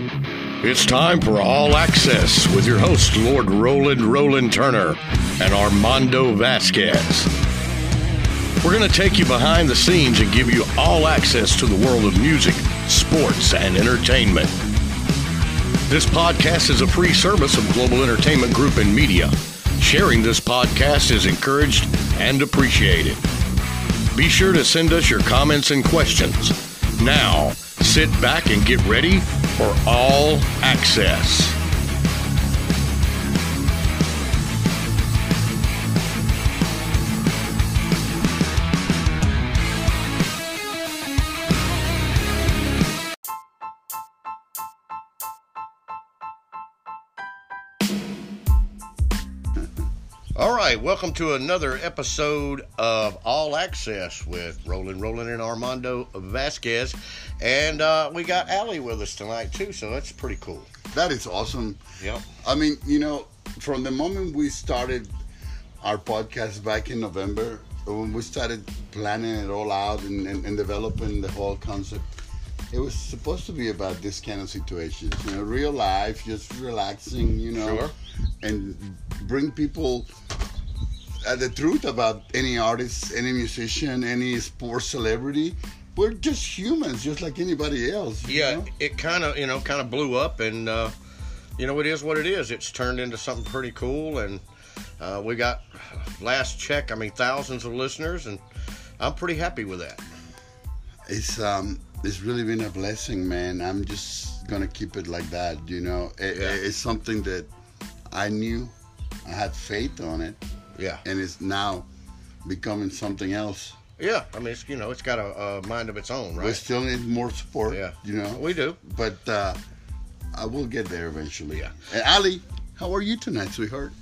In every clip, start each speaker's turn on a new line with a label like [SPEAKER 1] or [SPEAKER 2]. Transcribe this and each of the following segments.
[SPEAKER 1] It's time for All Access with your host, Lord Roland Roland Turner and Armando Vasquez. We're going to take you behind the scenes and give you all access to the world of music, sports, and entertainment. This podcast is a free service of Global Entertainment Group and Media. Sharing this podcast is encouraged and appreciated. Be sure to send us your comments and questions. Now, sit back and get ready for all access. All right, welcome to another episode of All Access with Roland Roland and Armando Vasquez. And uh, we got Allie with us tonight, too, so that's pretty cool.
[SPEAKER 2] That is awesome.
[SPEAKER 1] Yep.
[SPEAKER 2] I mean, you know, from the moment we started our podcast back in November, when we started planning it all out and, and, and developing the whole concept, it was supposed to be about this kind of situations, you know, real life, just relaxing, you know,
[SPEAKER 1] Sure.
[SPEAKER 2] and bring people uh, the truth about any artist, any musician, any sports celebrity. We're just humans, just like anybody else. you
[SPEAKER 1] Yeah,
[SPEAKER 2] know?
[SPEAKER 1] it kind of, you know, kind of blew up, and, uh, you know, it is what it is. It's turned into something pretty cool, and uh, we got, last check, I mean, thousands of listeners, and I'm pretty happy with that.
[SPEAKER 2] it's um it's really been a blessing man i'm just gonna keep it like that you know it,
[SPEAKER 1] Yeah.
[SPEAKER 2] it's something that i knew i had faith on it
[SPEAKER 1] Yeah.
[SPEAKER 2] and it's now becoming something else
[SPEAKER 1] Yeah, I mean, it's, you know, it's got a, a mind of its own,
[SPEAKER 2] we
[SPEAKER 1] right?
[SPEAKER 2] still need more support
[SPEAKER 1] Yeah.
[SPEAKER 2] you know
[SPEAKER 1] We do.
[SPEAKER 2] but uh i will get there eventually
[SPEAKER 1] Yeah.
[SPEAKER 2] and ali how are you tonight sweetheart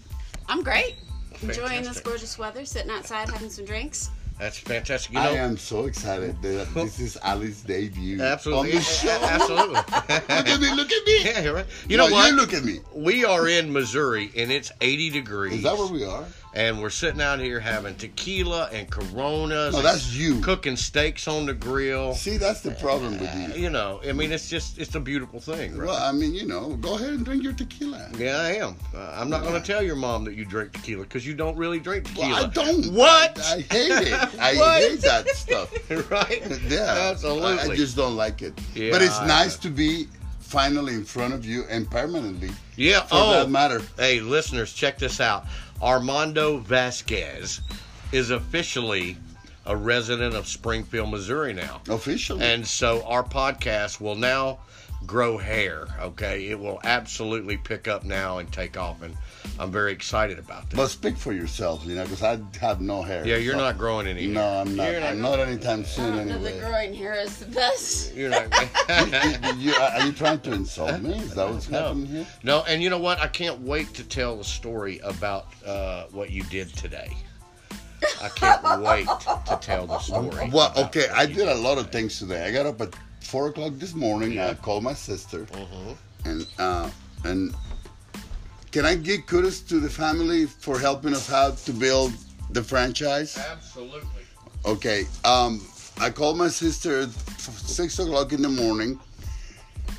[SPEAKER 3] I'm great. Enjoying this
[SPEAKER 1] Fantastic.
[SPEAKER 3] gorgeous weather, sitting outside having some drinks.
[SPEAKER 1] That's fantastic. You know,
[SPEAKER 2] i am so excited that this is ali's debut
[SPEAKER 1] absolutely,
[SPEAKER 2] on the show.
[SPEAKER 1] absolutely.
[SPEAKER 2] look at me look at me
[SPEAKER 1] yeah, you're right. You know
[SPEAKER 2] No,
[SPEAKER 1] what?
[SPEAKER 2] you look at me
[SPEAKER 1] we are in Missouri, and it's 80 degrees.
[SPEAKER 2] is that where we are
[SPEAKER 1] and we're sitting out here having tequila and Coronas.
[SPEAKER 2] no
[SPEAKER 1] and
[SPEAKER 2] that's you
[SPEAKER 1] cooking steaks on the grill.
[SPEAKER 2] See, that's the problem with you.
[SPEAKER 1] You know, I mean, it's just it's a beautiful thing. Right?
[SPEAKER 2] Well, I mean, you know, go ahead and drink your tequila.
[SPEAKER 1] yeah, I am. Uh, I'm not going to tell your mom that you drink tequila because you don't really drink tequila.
[SPEAKER 2] Well, I don't.
[SPEAKER 1] What?
[SPEAKER 2] I, I hate it. I
[SPEAKER 1] What?
[SPEAKER 2] hate that stuff.
[SPEAKER 1] right?
[SPEAKER 2] Yeah,
[SPEAKER 1] absolutely.
[SPEAKER 2] I, I just don't like it.
[SPEAKER 1] Yeah,
[SPEAKER 2] but it's
[SPEAKER 1] I-
[SPEAKER 2] nice to be finally in front of you and permanently, for
[SPEAKER 1] yeah. oh,
[SPEAKER 2] that matter.
[SPEAKER 1] Hey, listeners, check this out. Armando Vasquez is officially a resident of Springfield, Missouri now.
[SPEAKER 2] Officially,
[SPEAKER 1] And so our podcast will now grow hair, okay? It will absolutely pick up now and take off, and I'm very excited about that.
[SPEAKER 2] but speak for yourself, you know, because I have no hair.
[SPEAKER 1] yeah, you're
[SPEAKER 2] so-
[SPEAKER 1] not growing any.
[SPEAKER 2] No, I'm not.
[SPEAKER 1] You're not-
[SPEAKER 2] I'm not anytime soon.
[SPEAKER 3] No, Oh, the
[SPEAKER 2] Anyway,
[SPEAKER 3] groin hair is the best.
[SPEAKER 1] You're not.
[SPEAKER 2] you, you- are you trying to insult me? Is that what's happening here?
[SPEAKER 1] no, and you know what? I can't wait to tell the story about uh, what you did today. I can't wait to tell the story.
[SPEAKER 2] Well,
[SPEAKER 1] about
[SPEAKER 2] okay,
[SPEAKER 1] what
[SPEAKER 2] I
[SPEAKER 1] you
[SPEAKER 2] did a lot of things today. I got up at four o'clock this morning. I called my sister,
[SPEAKER 1] Mm-hmm.
[SPEAKER 2] and uh, and can I give kudos to the family for helping us out to build the franchise?
[SPEAKER 1] Absolutely.
[SPEAKER 2] Okay, um, I called my sister at f- six o'clock in the morning,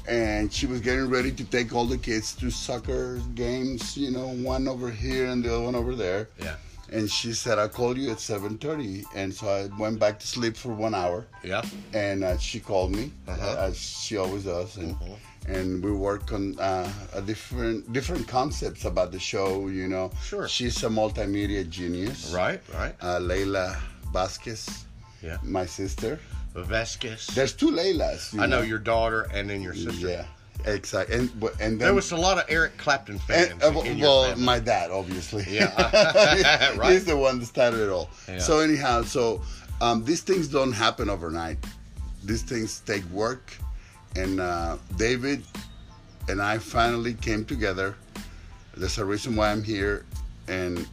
[SPEAKER 2] and she was getting ready to take all the kids to soccer games. You know, one over here and the other one over there.
[SPEAKER 1] Yeah.
[SPEAKER 2] And she said, "I'll call you at 7:30." And so I went back to sleep for one hour
[SPEAKER 1] Yeah.
[SPEAKER 2] and uh, she called me
[SPEAKER 1] Uh-huh. Mm-hmm.
[SPEAKER 2] uh, as she always does and and we work on uh, a different different concepts about the show you know
[SPEAKER 1] Sure.
[SPEAKER 2] she's a multimedia genius
[SPEAKER 1] Right. Right.
[SPEAKER 2] uh, Leila Vasquez
[SPEAKER 1] Yeah.
[SPEAKER 2] my sister
[SPEAKER 1] Vasquez.
[SPEAKER 2] there's two Leilas you
[SPEAKER 1] I know your daughter and then your sister.
[SPEAKER 2] yeah exactly and but- and then
[SPEAKER 1] There was a lot of Eric Clapton fans.
[SPEAKER 2] and, uh,
[SPEAKER 1] in your
[SPEAKER 2] well,
[SPEAKER 1] family.
[SPEAKER 2] my dad, obviously.
[SPEAKER 1] Yeah. Right.
[SPEAKER 2] He's the one that started it all.
[SPEAKER 1] Yeah.
[SPEAKER 2] So anyhow, so um, these things don't happen overnight. These things take work, and uh, David and I finally came together. There's a reason why I'm here, and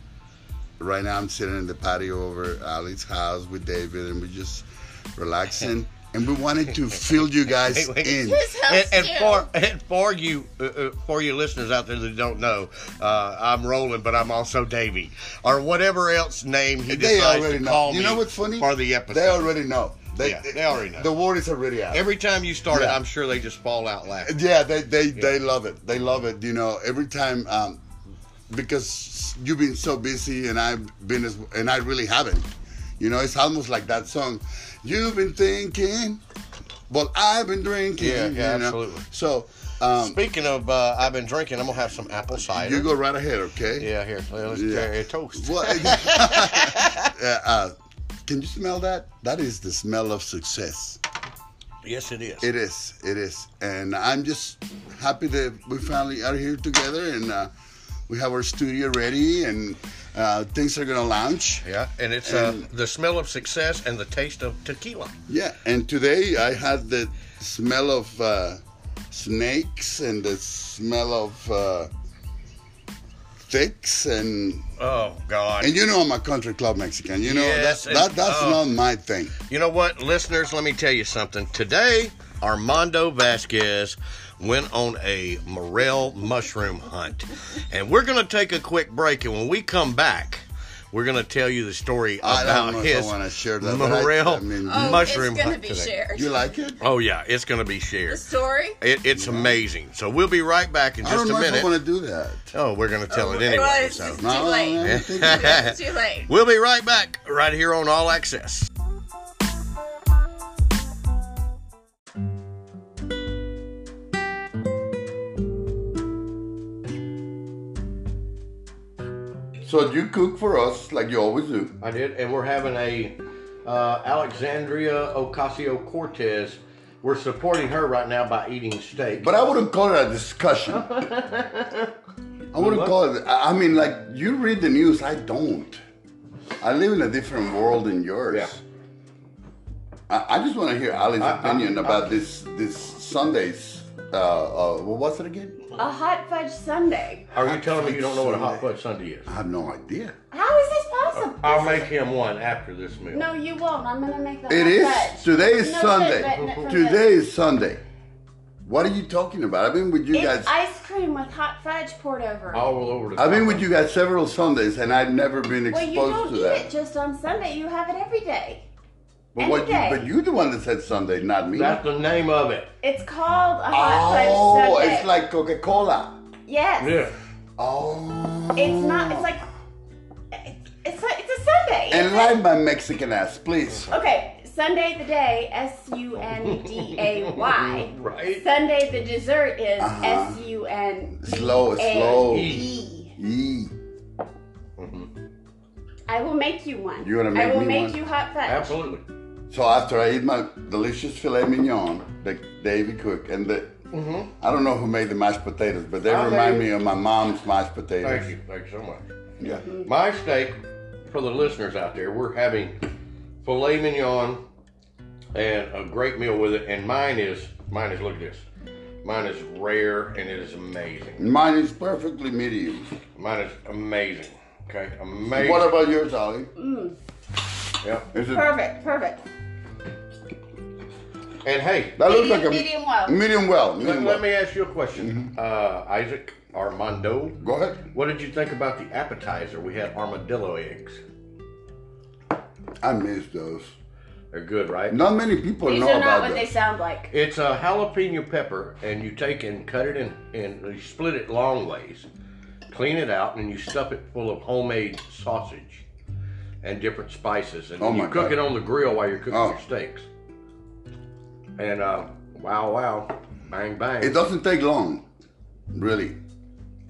[SPEAKER 2] right now I'm sitting in the patio over Ali's house with David, and we're just relaxing. And we wanted to fill you guys
[SPEAKER 1] Wait, wait.
[SPEAKER 2] in.
[SPEAKER 3] His house
[SPEAKER 1] and, and
[SPEAKER 3] too.
[SPEAKER 1] for and for you uh, uh, for you listeners out there that don't know, uh, I'm Roland, but I'm also Davy, or whatever else name he
[SPEAKER 2] They
[SPEAKER 1] decides
[SPEAKER 2] already
[SPEAKER 1] to
[SPEAKER 2] know.
[SPEAKER 1] call
[SPEAKER 2] You
[SPEAKER 1] me
[SPEAKER 2] know what's funny?
[SPEAKER 1] for the episode.
[SPEAKER 2] They already know. They,
[SPEAKER 1] Yeah, they already know.
[SPEAKER 2] The word is already out.
[SPEAKER 1] Every time you start it,
[SPEAKER 2] Yeah.
[SPEAKER 1] I'm sure they just fall out laughing.
[SPEAKER 2] yeah, they they, they love it. They love it. You know, every time um, because you've been so busy and I've been as and I really haven't. You know, it's almost like that song. You've been thinking, but I've been drinking.
[SPEAKER 1] Yeah, yeah,
[SPEAKER 2] you know?
[SPEAKER 1] absolutely.
[SPEAKER 2] So um,
[SPEAKER 1] Speaking of, uh, I've been drinking. I'm gonna have some apple cider.
[SPEAKER 2] you go right ahead, okay?
[SPEAKER 1] Yeah, here. Let's
[SPEAKER 2] Yeah.
[SPEAKER 1] carry a toast.
[SPEAKER 2] Well, yeah, uh, can you smell that? That is the smell of success.
[SPEAKER 1] Yes, it is.
[SPEAKER 2] It is. It is. And I'm just happy that we finally are here together and uh, we have our studio ready and uh, things are going to launch.
[SPEAKER 1] yeah, and it's
[SPEAKER 2] And-
[SPEAKER 1] uh, the smell of success and the taste of tequila.
[SPEAKER 2] Yeah. And today I had the smell of uh, snakes and the smell of uh, thicks and
[SPEAKER 1] Oh God!
[SPEAKER 2] and you know I'm a country club Mexican. You know
[SPEAKER 1] Yes,
[SPEAKER 2] that's that,
[SPEAKER 1] and-
[SPEAKER 2] that's
[SPEAKER 1] oh.
[SPEAKER 2] not my thing.
[SPEAKER 1] You know what, listeners? Let me tell you something. Today, Armando Vasquez went on a morel mushroom hunt, and we're going to take a quick break. And when we come back, we're going to tell you the story
[SPEAKER 2] I
[SPEAKER 1] about
[SPEAKER 2] don't know if I
[SPEAKER 1] his
[SPEAKER 2] wanna share that, but I-
[SPEAKER 1] morel
[SPEAKER 2] I mean-
[SPEAKER 4] Oh,
[SPEAKER 1] mushroom
[SPEAKER 4] it's gonna
[SPEAKER 1] hunt
[SPEAKER 4] be
[SPEAKER 1] today.
[SPEAKER 4] shared.
[SPEAKER 2] You like it?
[SPEAKER 1] Oh yeah, it's going to be shared.
[SPEAKER 4] The story.
[SPEAKER 1] It, it's amazing. So we'll be right back in
[SPEAKER 2] I
[SPEAKER 1] just
[SPEAKER 2] don't
[SPEAKER 1] a
[SPEAKER 2] know if I
[SPEAKER 1] minute.
[SPEAKER 2] want to do that.
[SPEAKER 1] Oh, we're going to tell it
[SPEAKER 4] Well,
[SPEAKER 1] anyway.
[SPEAKER 4] it's,
[SPEAKER 1] So.
[SPEAKER 4] it's too
[SPEAKER 2] No,
[SPEAKER 4] late.
[SPEAKER 2] I'm thinking-
[SPEAKER 4] It's too late.
[SPEAKER 1] We'll be right back right here on All Access.
[SPEAKER 2] So you cook for us like you always do.
[SPEAKER 1] I did, and we're having a uh, Alexandria Ocasio Cortez. We're supporting her right now by eating steak.
[SPEAKER 2] But I wouldn't call it a discussion. I wouldn't call it. I I mean, like you read the news, I don't. I live in a different world than yours.
[SPEAKER 1] Yeah.
[SPEAKER 2] I, I just want to hear Ali's
[SPEAKER 1] I-
[SPEAKER 2] opinion about this this Sunday's. Uh, uh, what was it again?
[SPEAKER 4] A hot fudge Sunday.
[SPEAKER 1] are you telling me you don't know what a hot fudge sundae is?
[SPEAKER 2] I have no idea.
[SPEAKER 4] How is this possible?
[SPEAKER 1] I'll make him one after this meal.
[SPEAKER 4] No, you won't. I'm gonna make the
[SPEAKER 2] Uh, It
[SPEAKER 4] hot
[SPEAKER 2] is
[SPEAKER 4] fudge.
[SPEAKER 2] today is
[SPEAKER 4] No,
[SPEAKER 2] Sunday.
[SPEAKER 4] but- but- but-
[SPEAKER 2] Today is Sunday. What are you talking about? I've been with you
[SPEAKER 4] It's
[SPEAKER 2] guys.
[SPEAKER 4] ice cream with hot fudge poured over. it.
[SPEAKER 1] All over the.
[SPEAKER 2] I've been
[SPEAKER 1] top.
[SPEAKER 2] with you guys several Sundays, and I've never been
[SPEAKER 4] well, you
[SPEAKER 2] exposed
[SPEAKER 4] don't
[SPEAKER 2] to
[SPEAKER 4] eat
[SPEAKER 2] that.
[SPEAKER 4] it just on Sunday. You have it every day.
[SPEAKER 2] But what? You,
[SPEAKER 4] Any day.
[SPEAKER 2] but you're the one that said Sunday, not me.
[SPEAKER 1] That's the name of it.
[SPEAKER 4] It's called a hot fudge
[SPEAKER 2] oh,
[SPEAKER 4] Sunday.
[SPEAKER 2] it's like Coca Cola.
[SPEAKER 4] yes.
[SPEAKER 2] Oh.
[SPEAKER 4] It's not. It's like it's like it's a Sunday.
[SPEAKER 2] Enlighten my Mexican ass, please.
[SPEAKER 4] Okay, Sunday the day, S U N D A Y.
[SPEAKER 1] Right.
[SPEAKER 4] Sunday the dessert is
[SPEAKER 2] Uh-huh.
[SPEAKER 4] S U N
[SPEAKER 2] Slow,
[SPEAKER 4] A
[SPEAKER 2] slow.
[SPEAKER 4] E.
[SPEAKER 2] Yee.
[SPEAKER 4] I will make you one.
[SPEAKER 2] You wanna
[SPEAKER 4] I
[SPEAKER 2] make
[SPEAKER 4] will
[SPEAKER 2] me
[SPEAKER 4] make
[SPEAKER 2] one?
[SPEAKER 4] you hot fudge.
[SPEAKER 1] Absolutely.
[SPEAKER 2] So after I eat my delicious filet mignon that Davey cooked, and the I don't know who made the mashed potatoes, but they
[SPEAKER 1] Mm-hmm. I
[SPEAKER 2] remind
[SPEAKER 1] made-
[SPEAKER 2] me of my mom's mashed potatoes.
[SPEAKER 1] Thank you. Thank you so much.
[SPEAKER 2] Yeah.
[SPEAKER 1] My steak, for the listeners out there, we're having filet mignon and a great meal with it. And mine is mine is look at this. Mine is rare and it is amazing.
[SPEAKER 2] Mine is perfectly medium.
[SPEAKER 1] Mine is amazing. Okay, amazing.
[SPEAKER 2] What about yours, Ollie?
[SPEAKER 1] Yep.
[SPEAKER 2] Is it
[SPEAKER 4] Perfect, perfect.
[SPEAKER 1] And hey,
[SPEAKER 2] that looks
[SPEAKER 4] Medium-
[SPEAKER 2] like a
[SPEAKER 4] medium well.
[SPEAKER 2] Medium well.
[SPEAKER 1] let,
[SPEAKER 2] Medium
[SPEAKER 1] let
[SPEAKER 2] well.
[SPEAKER 1] me ask you a question, uh, Isaac Armando.
[SPEAKER 2] Mm-hmm. Go ahead.
[SPEAKER 1] What did you think about the appetizer? We had armadillo eggs.
[SPEAKER 2] I miss those.
[SPEAKER 1] They're good, right?
[SPEAKER 2] Not many people
[SPEAKER 4] These
[SPEAKER 2] know
[SPEAKER 4] are
[SPEAKER 2] about
[SPEAKER 4] not what
[SPEAKER 2] that.
[SPEAKER 4] they sound like.
[SPEAKER 1] It's a jalapeno pepper, and you take and cut it in, and you split it long ways, clean it out, and you stuff it full of homemade sausage and different spices, and
[SPEAKER 2] Oh
[SPEAKER 1] then you
[SPEAKER 2] my
[SPEAKER 1] cook
[SPEAKER 2] God.
[SPEAKER 1] it on the grill while you're cooking
[SPEAKER 2] Oh.
[SPEAKER 1] your steaks. And uh, wow, wow, bang, bang.
[SPEAKER 2] It doesn't take long, really.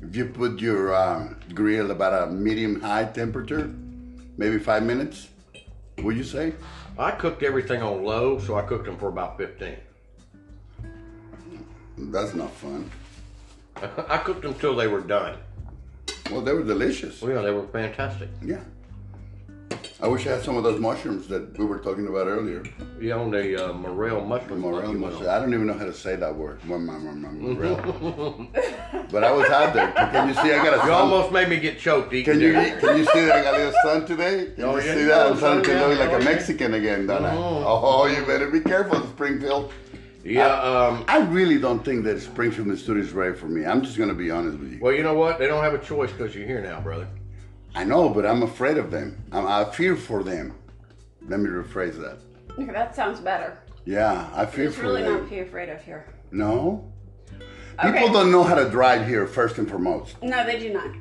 [SPEAKER 2] If you put your um, grill about a medium high temperature, maybe five minutes, would you say?
[SPEAKER 1] I cooked everything on low, so I cooked them for about 15.
[SPEAKER 2] That's not fun.
[SPEAKER 1] I cooked them till they were done.
[SPEAKER 2] Well, they were delicious.
[SPEAKER 1] Well, yeah, they were fantastic.
[SPEAKER 2] Yeah. I wish I had some of those mushrooms that we were talking about earlier.
[SPEAKER 1] You on the uh, morel mushroom.
[SPEAKER 2] Morel
[SPEAKER 1] you went
[SPEAKER 2] mushroom.
[SPEAKER 1] on.
[SPEAKER 2] I don't even know how to say that word. Mor- mor- mor- mor- Morel. but I was out there. Can you see? I got a.
[SPEAKER 1] You
[SPEAKER 2] sun-
[SPEAKER 1] almost made me get choked eating
[SPEAKER 2] Can you
[SPEAKER 1] dinner.
[SPEAKER 2] can you see that I got a little sun today? Can
[SPEAKER 1] Oh,
[SPEAKER 2] you
[SPEAKER 1] yeah.
[SPEAKER 2] see that? I'm
[SPEAKER 1] Oh,
[SPEAKER 2] starting to
[SPEAKER 1] yeah.
[SPEAKER 2] look like
[SPEAKER 1] Oh,
[SPEAKER 2] a
[SPEAKER 1] yeah.
[SPEAKER 2] Mexican again, don't I? Oh, you better be careful, Springfield.
[SPEAKER 1] Yeah, um,
[SPEAKER 2] I really don't think that Springfield, Missouri is right for me. I'm just gonna be honest with you.
[SPEAKER 1] Well, you know what? They don't have a choice because you're here now, brother.
[SPEAKER 2] I know, but I'm afraid of them. I'm, I fear for them. Let me rephrase that.
[SPEAKER 4] That sounds better.
[SPEAKER 2] Yeah, I fear
[SPEAKER 4] It's
[SPEAKER 2] for
[SPEAKER 4] really
[SPEAKER 2] them.
[SPEAKER 4] not be afraid of here.
[SPEAKER 2] No?
[SPEAKER 4] Okay.
[SPEAKER 2] People don't know how to drive here, first and foremost.
[SPEAKER 4] No, they do not.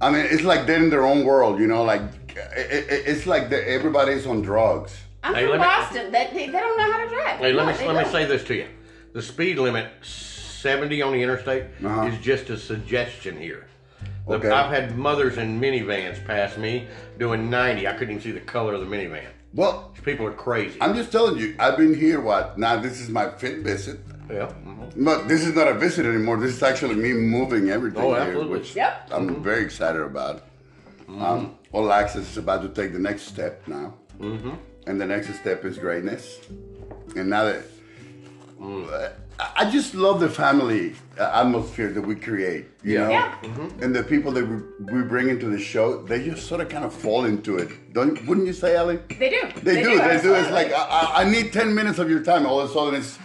[SPEAKER 2] I mean, it's like they're in their own world, you know? Like, it, it, it's like the, everybody's on drugs.
[SPEAKER 4] I'm
[SPEAKER 1] Hey,
[SPEAKER 4] from
[SPEAKER 1] let me-
[SPEAKER 4] Boston. That they, they don't know how to drive.
[SPEAKER 1] Hey, let
[SPEAKER 4] No,
[SPEAKER 1] me
[SPEAKER 4] they
[SPEAKER 1] let me
[SPEAKER 4] don't.
[SPEAKER 1] say this to you: the speed limit, seventy on the interstate,
[SPEAKER 2] Uh-huh.
[SPEAKER 1] is just a suggestion here. The-
[SPEAKER 2] Okay.
[SPEAKER 1] I've had mothers in minivans pass me doing ninety. I couldn't even see the color of the minivan.
[SPEAKER 2] Well,
[SPEAKER 1] These people are crazy.
[SPEAKER 2] I'm just telling you, I've been here, what? Now, this is my fifth visit.
[SPEAKER 1] yeah. mhm.
[SPEAKER 2] But this is not a visit anymore. This is actually me moving everything
[SPEAKER 1] Oh,
[SPEAKER 2] here,
[SPEAKER 1] absolutely. Mm-hmm.
[SPEAKER 2] which
[SPEAKER 4] Yep.
[SPEAKER 2] I'm very excited about. Um, All Access is about to take the next step now, mm-hmm. and the next step is greatness. And now that
[SPEAKER 1] Mm.
[SPEAKER 2] I- I just love the family uh, atmosphere that we create, you
[SPEAKER 1] Yeah. Mm-hmm.
[SPEAKER 2] know,
[SPEAKER 4] Yeah.
[SPEAKER 2] and the people that we, we bring into the show, they just sort of kind of fall into it. Don't wouldn't you say, Ellie?
[SPEAKER 4] They do.
[SPEAKER 2] They, do, they do. It's
[SPEAKER 4] absolutely.
[SPEAKER 2] like I, I- I need ten minutes of your time. All of a sudden, it's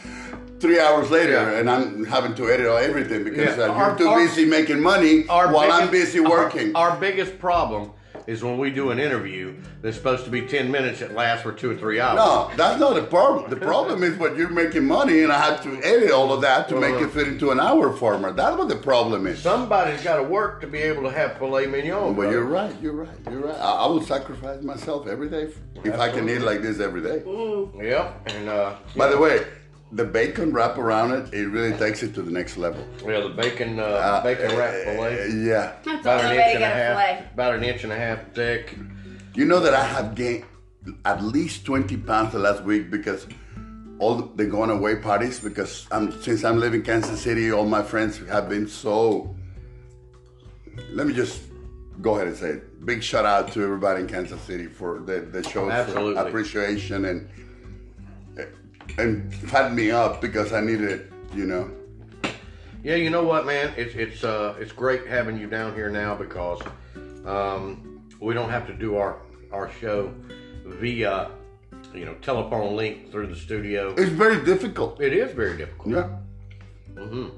[SPEAKER 2] three hours later,
[SPEAKER 1] Yeah.
[SPEAKER 2] and I'm having to edit all everything because
[SPEAKER 1] Yeah.
[SPEAKER 2] uh,
[SPEAKER 1] Our-
[SPEAKER 2] you're too
[SPEAKER 1] our-
[SPEAKER 2] busy making money
[SPEAKER 1] Our
[SPEAKER 2] while I'm
[SPEAKER 1] biggest-
[SPEAKER 2] busy working.
[SPEAKER 1] Our, our biggest problem is when we do an interview that's supposed to be ten minutes. It lasts for two or three hours.
[SPEAKER 2] no, that's not the problem. The problem is when you're making money, and I have to edit all of that to make it fit into an hour format. That's what the problem is.
[SPEAKER 1] Somebody's got to work to be able to have filet mignon.
[SPEAKER 2] But
[SPEAKER 1] brother.
[SPEAKER 2] you're right. You're right. You're right. I, I will sacrifice myself every day if I can eat like this every day.
[SPEAKER 1] Yep. And uh,
[SPEAKER 2] By the way, the bacon wrap around it, it really takes it to the next level.
[SPEAKER 1] yeah, the bacon uh,
[SPEAKER 2] Uh,
[SPEAKER 1] bacon wrap
[SPEAKER 2] uh,
[SPEAKER 1] filet.
[SPEAKER 2] Yeah.
[SPEAKER 4] That's the
[SPEAKER 1] About an
[SPEAKER 4] only way
[SPEAKER 1] inch
[SPEAKER 4] to
[SPEAKER 1] and a
[SPEAKER 4] get a
[SPEAKER 1] half.
[SPEAKER 4] filet.
[SPEAKER 1] About an inch and a half thick.
[SPEAKER 2] You know that I have gained at least 20 pounds the last week because all the going away parties because I'm since I'm living in Kansas City, all my friends have been so let me just go ahead and say it. Big shout out to everybody in Kansas City for the, the show's
[SPEAKER 1] Absolutely.
[SPEAKER 2] appreciation and and fed me up because I needed it, you know.
[SPEAKER 1] Yeah, you know what, man? It's it's uh it's great having you down here now because um, we don't have to do our our show via you know telephone link through the studio.
[SPEAKER 2] It's very difficult.
[SPEAKER 1] It is very difficult.
[SPEAKER 2] Yeah.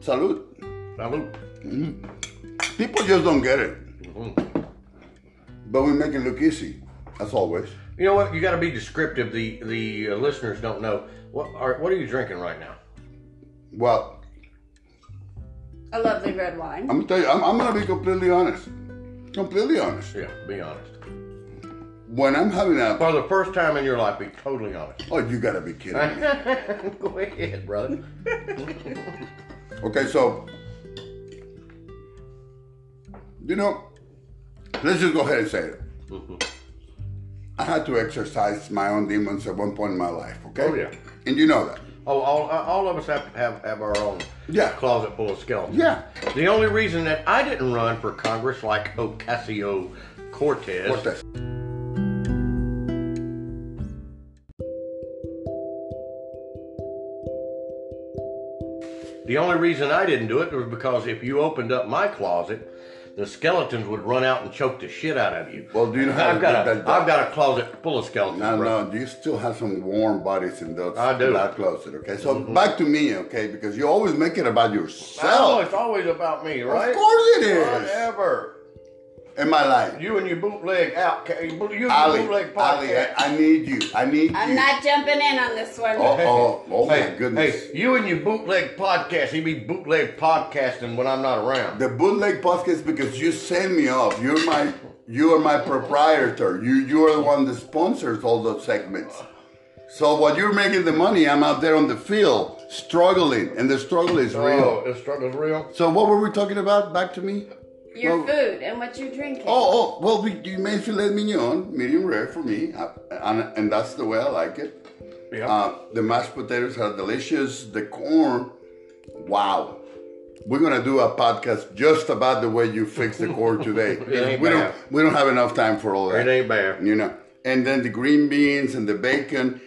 [SPEAKER 2] Salute.
[SPEAKER 1] Salute.
[SPEAKER 2] People just don't get it.
[SPEAKER 1] Mm-hmm.
[SPEAKER 2] But we make it look easy, as always.
[SPEAKER 1] You know what? You got to be descriptive. The the uh, listeners don't know what are what are you drinking right now?
[SPEAKER 2] Well,
[SPEAKER 4] A lovely red wine.
[SPEAKER 2] I'm gonna tell you, I'm, I'm gonna be completely honest. Completely honest.
[SPEAKER 1] Yeah, be honest.
[SPEAKER 2] When I'm having a,
[SPEAKER 1] For the first time in your life, be totally honest.
[SPEAKER 2] oh, you gotta be kidding me.
[SPEAKER 1] Go ahead, brother.
[SPEAKER 2] Okay, so, you know, let's just go ahead and say it. I had to exercise my own demons at one point in my life. Okay.
[SPEAKER 1] Oh, yeah.
[SPEAKER 2] And you know that.
[SPEAKER 1] Oh, all, all of us have, have, have our own
[SPEAKER 2] Yeah.
[SPEAKER 1] closet full of skeletons.
[SPEAKER 2] Yeah.
[SPEAKER 1] The only reason that I didn't run for Congress like Ocasio
[SPEAKER 2] What
[SPEAKER 1] Cortez
[SPEAKER 2] the?
[SPEAKER 1] The only reason I didn't do it was because if you opened up my closet, the skeletons would run out and choke the shit out of you.
[SPEAKER 2] Well, do you know how to
[SPEAKER 1] I've got
[SPEAKER 2] get
[SPEAKER 1] a
[SPEAKER 2] that done?
[SPEAKER 1] have got a closet full of skeletons.
[SPEAKER 2] No,
[SPEAKER 1] bro.
[SPEAKER 2] no, you still have some warm bodies in those
[SPEAKER 1] I do. Mm-hmm.
[SPEAKER 2] that closet, okay? So back to me, okay? Because you always make it about
[SPEAKER 1] I know it's
[SPEAKER 2] yourself.
[SPEAKER 1] always about me, right?
[SPEAKER 2] course it is.
[SPEAKER 1] Whatever.
[SPEAKER 2] Am I lying?
[SPEAKER 1] You and your bootleg out. You and your
[SPEAKER 2] Ali,
[SPEAKER 1] bootleg
[SPEAKER 2] Ali,
[SPEAKER 1] podcast.
[SPEAKER 2] I, I need you. I need
[SPEAKER 4] I'm
[SPEAKER 2] you.
[SPEAKER 4] not jumping in on this one.
[SPEAKER 2] Oh, oh, oh my
[SPEAKER 1] Hey,
[SPEAKER 2] goodness.
[SPEAKER 1] hey, you and your bootleg podcast. He be bootleg podcasting when I'm not around.
[SPEAKER 2] The bootleg podcast because you send me off. You're my you are my proprietor. You you are the one that sponsors all those segments. So while you're making the money, I'm out there on the field struggling, and the struggle is real.
[SPEAKER 1] Oh, the struggle's real.
[SPEAKER 2] So what were we talking about? Back to me.
[SPEAKER 4] Your
[SPEAKER 2] well-
[SPEAKER 4] food and what you're drinking.
[SPEAKER 2] Oh, oh, well, we, you made filet mignon, medium rare for me, I, and, and that's the way I like it.
[SPEAKER 1] Yeah.
[SPEAKER 2] Uh, the mashed potatoes are delicious. The corn, wow. We're gonna do a podcast just about the way you fix the corn today.
[SPEAKER 1] ain't
[SPEAKER 2] we
[SPEAKER 1] bad.
[SPEAKER 2] don't, we don't have enough time for all that.
[SPEAKER 1] it ain't bad.
[SPEAKER 2] You know, and then the green beans and the bacon.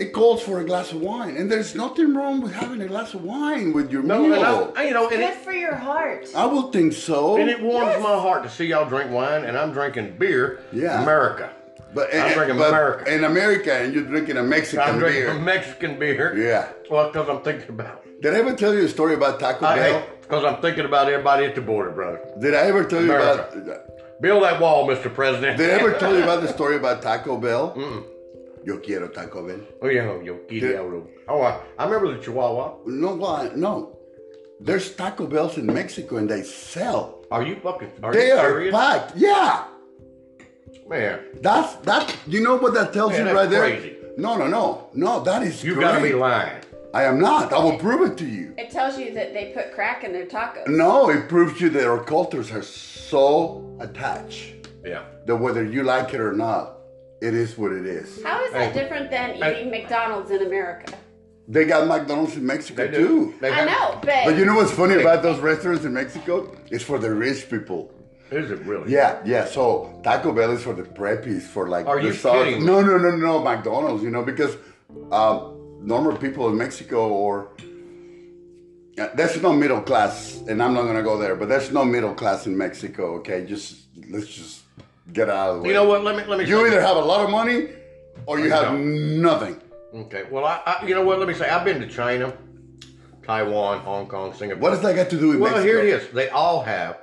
[SPEAKER 2] It calls for a glass of wine, and there's nothing wrong with having a glass of wine with your
[SPEAKER 1] No,
[SPEAKER 2] meal.
[SPEAKER 1] and I- I, you know, and
[SPEAKER 4] Good
[SPEAKER 1] it,
[SPEAKER 4] for your heart.
[SPEAKER 2] I will think so.
[SPEAKER 1] and it warms my heart to see y'all drink wine, and I'm drinking beer.
[SPEAKER 2] Yeah.
[SPEAKER 1] America.
[SPEAKER 2] But eh,
[SPEAKER 1] I'm drinking
[SPEAKER 2] but
[SPEAKER 1] America.
[SPEAKER 2] In America, and you're drinking a Mexican
[SPEAKER 1] I'm drinking
[SPEAKER 2] beer.
[SPEAKER 1] Mexican beer.
[SPEAKER 2] Yeah.
[SPEAKER 1] Well, because I'm thinking about.
[SPEAKER 2] Did I ever tell you a story about Taco
[SPEAKER 1] I
[SPEAKER 2] Bell?
[SPEAKER 1] because I'm thinking about everybody at the border, brother.
[SPEAKER 2] Did I ever tell you
[SPEAKER 1] America.
[SPEAKER 2] about?
[SPEAKER 1] Build that wall, Mr. President.
[SPEAKER 2] Did I ever tell you about the story about Taco Bell? Yo quiero Taco Bell.
[SPEAKER 1] Oh, yeah, yo, yo. Oh, I, I remember the Chihuahua.
[SPEAKER 2] No, why? No. There's Taco Bells in Mexico and they sell.
[SPEAKER 1] Are you fucking? Are
[SPEAKER 2] They
[SPEAKER 1] you
[SPEAKER 2] are
[SPEAKER 1] serious?
[SPEAKER 2] packed. Yeah.
[SPEAKER 1] man.
[SPEAKER 2] That's that. You know what that tells
[SPEAKER 1] Man,
[SPEAKER 2] you
[SPEAKER 1] that's
[SPEAKER 2] right there?
[SPEAKER 1] crazy.
[SPEAKER 2] No, no, no, no. That is.
[SPEAKER 1] You gotta be
[SPEAKER 2] great.
[SPEAKER 1] lying.
[SPEAKER 2] I am not. I will prove it to you.
[SPEAKER 4] It tells you that they put crack in their tacos.
[SPEAKER 2] No, it proves you that our cultures are so attached
[SPEAKER 1] Yeah.
[SPEAKER 2] that whether you like it or not, it is what it is.
[SPEAKER 4] How is that
[SPEAKER 1] Hey.
[SPEAKER 4] different than
[SPEAKER 1] Hey.
[SPEAKER 4] eating McDonald's in America?
[SPEAKER 2] They got McDonald's in Mexico too.
[SPEAKER 1] They
[SPEAKER 4] I
[SPEAKER 1] got-
[SPEAKER 4] know, but,
[SPEAKER 2] But you know what's funny about those restaurants in Mexico? It's for the rich people.
[SPEAKER 1] Is it really?
[SPEAKER 2] Yeah, yeah. So Taco Bell is for the preppies, for like
[SPEAKER 1] Are
[SPEAKER 2] the
[SPEAKER 1] you
[SPEAKER 2] sauce.
[SPEAKER 1] kidding me?
[SPEAKER 2] No, no, no, no. McDonald's, you know, because uh, normal people in Mexico or uh, there's no middle class, and I'm not gonna go there. But there's no middle class in Mexico. Okay, just let's just get out of the way.
[SPEAKER 1] You know what? Let me let me.
[SPEAKER 2] You
[SPEAKER 1] say-
[SPEAKER 2] either have a lot of money or you
[SPEAKER 1] you
[SPEAKER 2] have nothing.
[SPEAKER 1] Okay. Well, I, I you know what? Let me say I've been to China, Taiwan, Hong Kong, Singapore.
[SPEAKER 2] What does that got to do with
[SPEAKER 1] Well,
[SPEAKER 2] Mexico?
[SPEAKER 1] here it is. They all have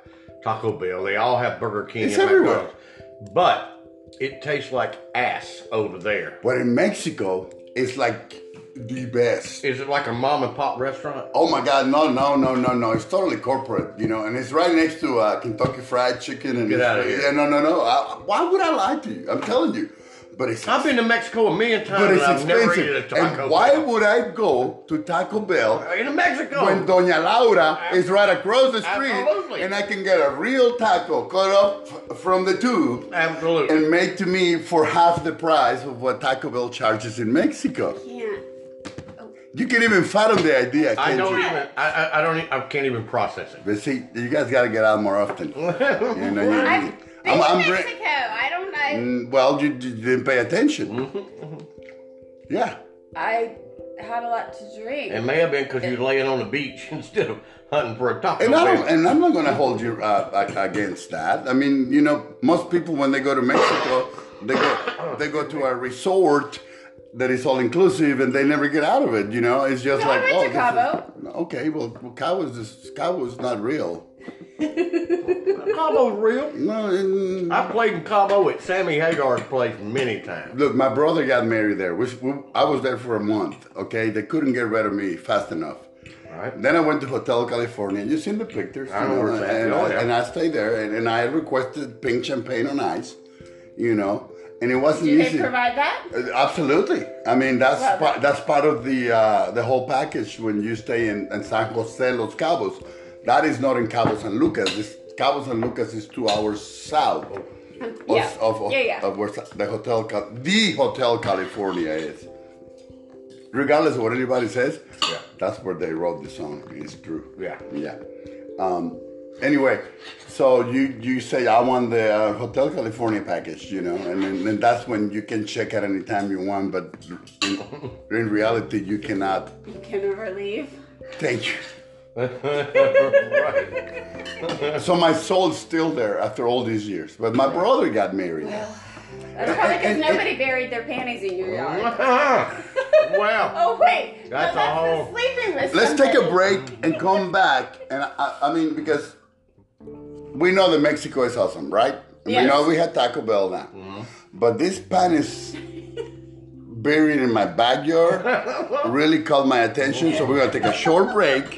[SPEAKER 1] Taco Bell. They all have Burger King.
[SPEAKER 2] It's
[SPEAKER 1] and
[SPEAKER 2] everywhere.
[SPEAKER 1] McDonald's. But it tastes like ass over there.
[SPEAKER 2] But in Mexico, it's like the best.
[SPEAKER 1] Is it like a mom and pop restaurant?
[SPEAKER 2] Oh my God! No, no, no, no, no! It's totally corporate, you know, and it's right next to uh, Kentucky Fried Chicken. And
[SPEAKER 1] Get
[SPEAKER 2] it's-
[SPEAKER 1] outta here.
[SPEAKER 2] Yeah, no, no, no! I, why would I lie to you? I'm telling you, but it's
[SPEAKER 1] I've been to Mexico a million times,
[SPEAKER 2] but it's
[SPEAKER 1] and I've never eaten a
[SPEAKER 2] expensive.
[SPEAKER 1] Taco
[SPEAKER 2] and why
[SPEAKER 1] Bell.
[SPEAKER 2] would I go to Taco Bell
[SPEAKER 1] in Mexico?
[SPEAKER 2] when Doña Laura
[SPEAKER 1] Ab-
[SPEAKER 2] is right across the street,
[SPEAKER 1] Absolutely.
[SPEAKER 2] and I can get a real taco cut up f- from the tube
[SPEAKER 1] Absolutely.
[SPEAKER 2] and made to me for half the price of what Taco Bell charges in Mexico?
[SPEAKER 4] can't.
[SPEAKER 2] Mm. You can't even fathom the idea.
[SPEAKER 1] I
[SPEAKER 2] can't
[SPEAKER 1] don't
[SPEAKER 2] you?
[SPEAKER 1] even. I, I, I don't. e- I can't even process it.
[SPEAKER 2] But see, you guys got to get out more often. You know, you-
[SPEAKER 4] I've been
[SPEAKER 2] I'm-
[SPEAKER 4] to
[SPEAKER 2] I'm
[SPEAKER 4] Mexico.
[SPEAKER 2] bri-
[SPEAKER 4] I don't know.
[SPEAKER 2] Mm, well, you, you didn't pay attention. yeah.
[SPEAKER 4] I had a lot to drink.
[SPEAKER 1] It may have been because you're laying on the beach instead of hunting for a Taco
[SPEAKER 2] And, I
[SPEAKER 1] Bell.
[SPEAKER 2] don't, and I'm not going to hold you uh, a- against that. I mean, you know, most people when they go to Mexico, they go they go to a resort that is all inclusive, and they never get out of it. You know, it's just
[SPEAKER 4] No, I
[SPEAKER 2] like
[SPEAKER 4] went
[SPEAKER 2] oh,
[SPEAKER 4] to
[SPEAKER 2] this is-
[SPEAKER 4] Cabo.
[SPEAKER 2] okay, well, well, Cabo's just Cabo's not real.
[SPEAKER 1] Cabo's real.
[SPEAKER 2] No, and-
[SPEAKER 1] I played in Cabo at Sammy Hagar's place many times.
[SPEAKER 2] Look, my brother got married there. Which I was there for a month. Okay, they couldn't get rid of me fast enough.
[SPEAKER 1] All right.
[SPEAKER 2] Then I went to Hotel California. You seen the pictures?
[SPEAKER 1] I
[SPEAKER 2] you
[SPEAKER 1] know where it's at.
[SPEAKER 2] and,
[SPEAKER 1] Oh,
[SPEAKER 2] I,
[SPEAKER 1] yeah.
[SPEAKER 2] and I stayed there, and, and I requested pink champagne on ice. You know, and it wasn't
[SPEAKER 4] Do they
[SPEAKER 2] easy.
[SPEAKER 4] provide that?
[SPEAKER 2] Uh, Absolutely. I mean, that's
[SPEAKER 4] Well,
[SPEAKER 2] pa- that's part of the uh, the whole package when you stay in, in San Jose Los Cabos. That is not in Cabo San Lucas. This Cabo San Lucas is two hours south. Of,
[SPEAKER 4] yeah.
[SPEAKER 2] of, of,
[SPEAKER 4] Yeah, yeah.
[SPEAKER 2] of where the hotel, Cal- the Hotel California is. Regardless of what anybody says,
[SPEAKER 1] Yeah.
[SPEAKER 2] that's where they wrote the song. It's true.
[SPEAKER 1] Yeah.
[SPEAKER 2] yeah. Um, anyway, so you you say I want the uh, Hotel California package, you know, and then and that's when you can check out anytime you want. But in, in reality, you cannot.
[SPEAKER 4] You can never leave.
[SPEAKER 2] Thank you.
[SPEAKER 1] right.
[SPEAKER 2] So my soul's still there after all these years. But my brother got married.
[SPEAKER 4] That's probably because
[SPEAKER 2] and-
[SPEAKER 4] nobody buried their panties in your yard.
[SPEAKER 1] wow.
[SPEAKER 4] Oh wait, no,
[SPEAKER 1] That's
[SPEAKER 4] that's
[SPEAKER 1] a whole-
[SPEAKER 4] the sleeping list.
[SPEAKER 2] Let's take a
[SPEAKER 4] somebody.
[SPEAKER 2] break and come back. And I, I mean, because we know that Mexico is awesome, right? And We
[SPEAKER 4] Yes. Mm-hmm.
[SPEAKER 2] know we had Taco Bell now. But this pan is buried in my backyard really caught my attention. So we're going to take a short break.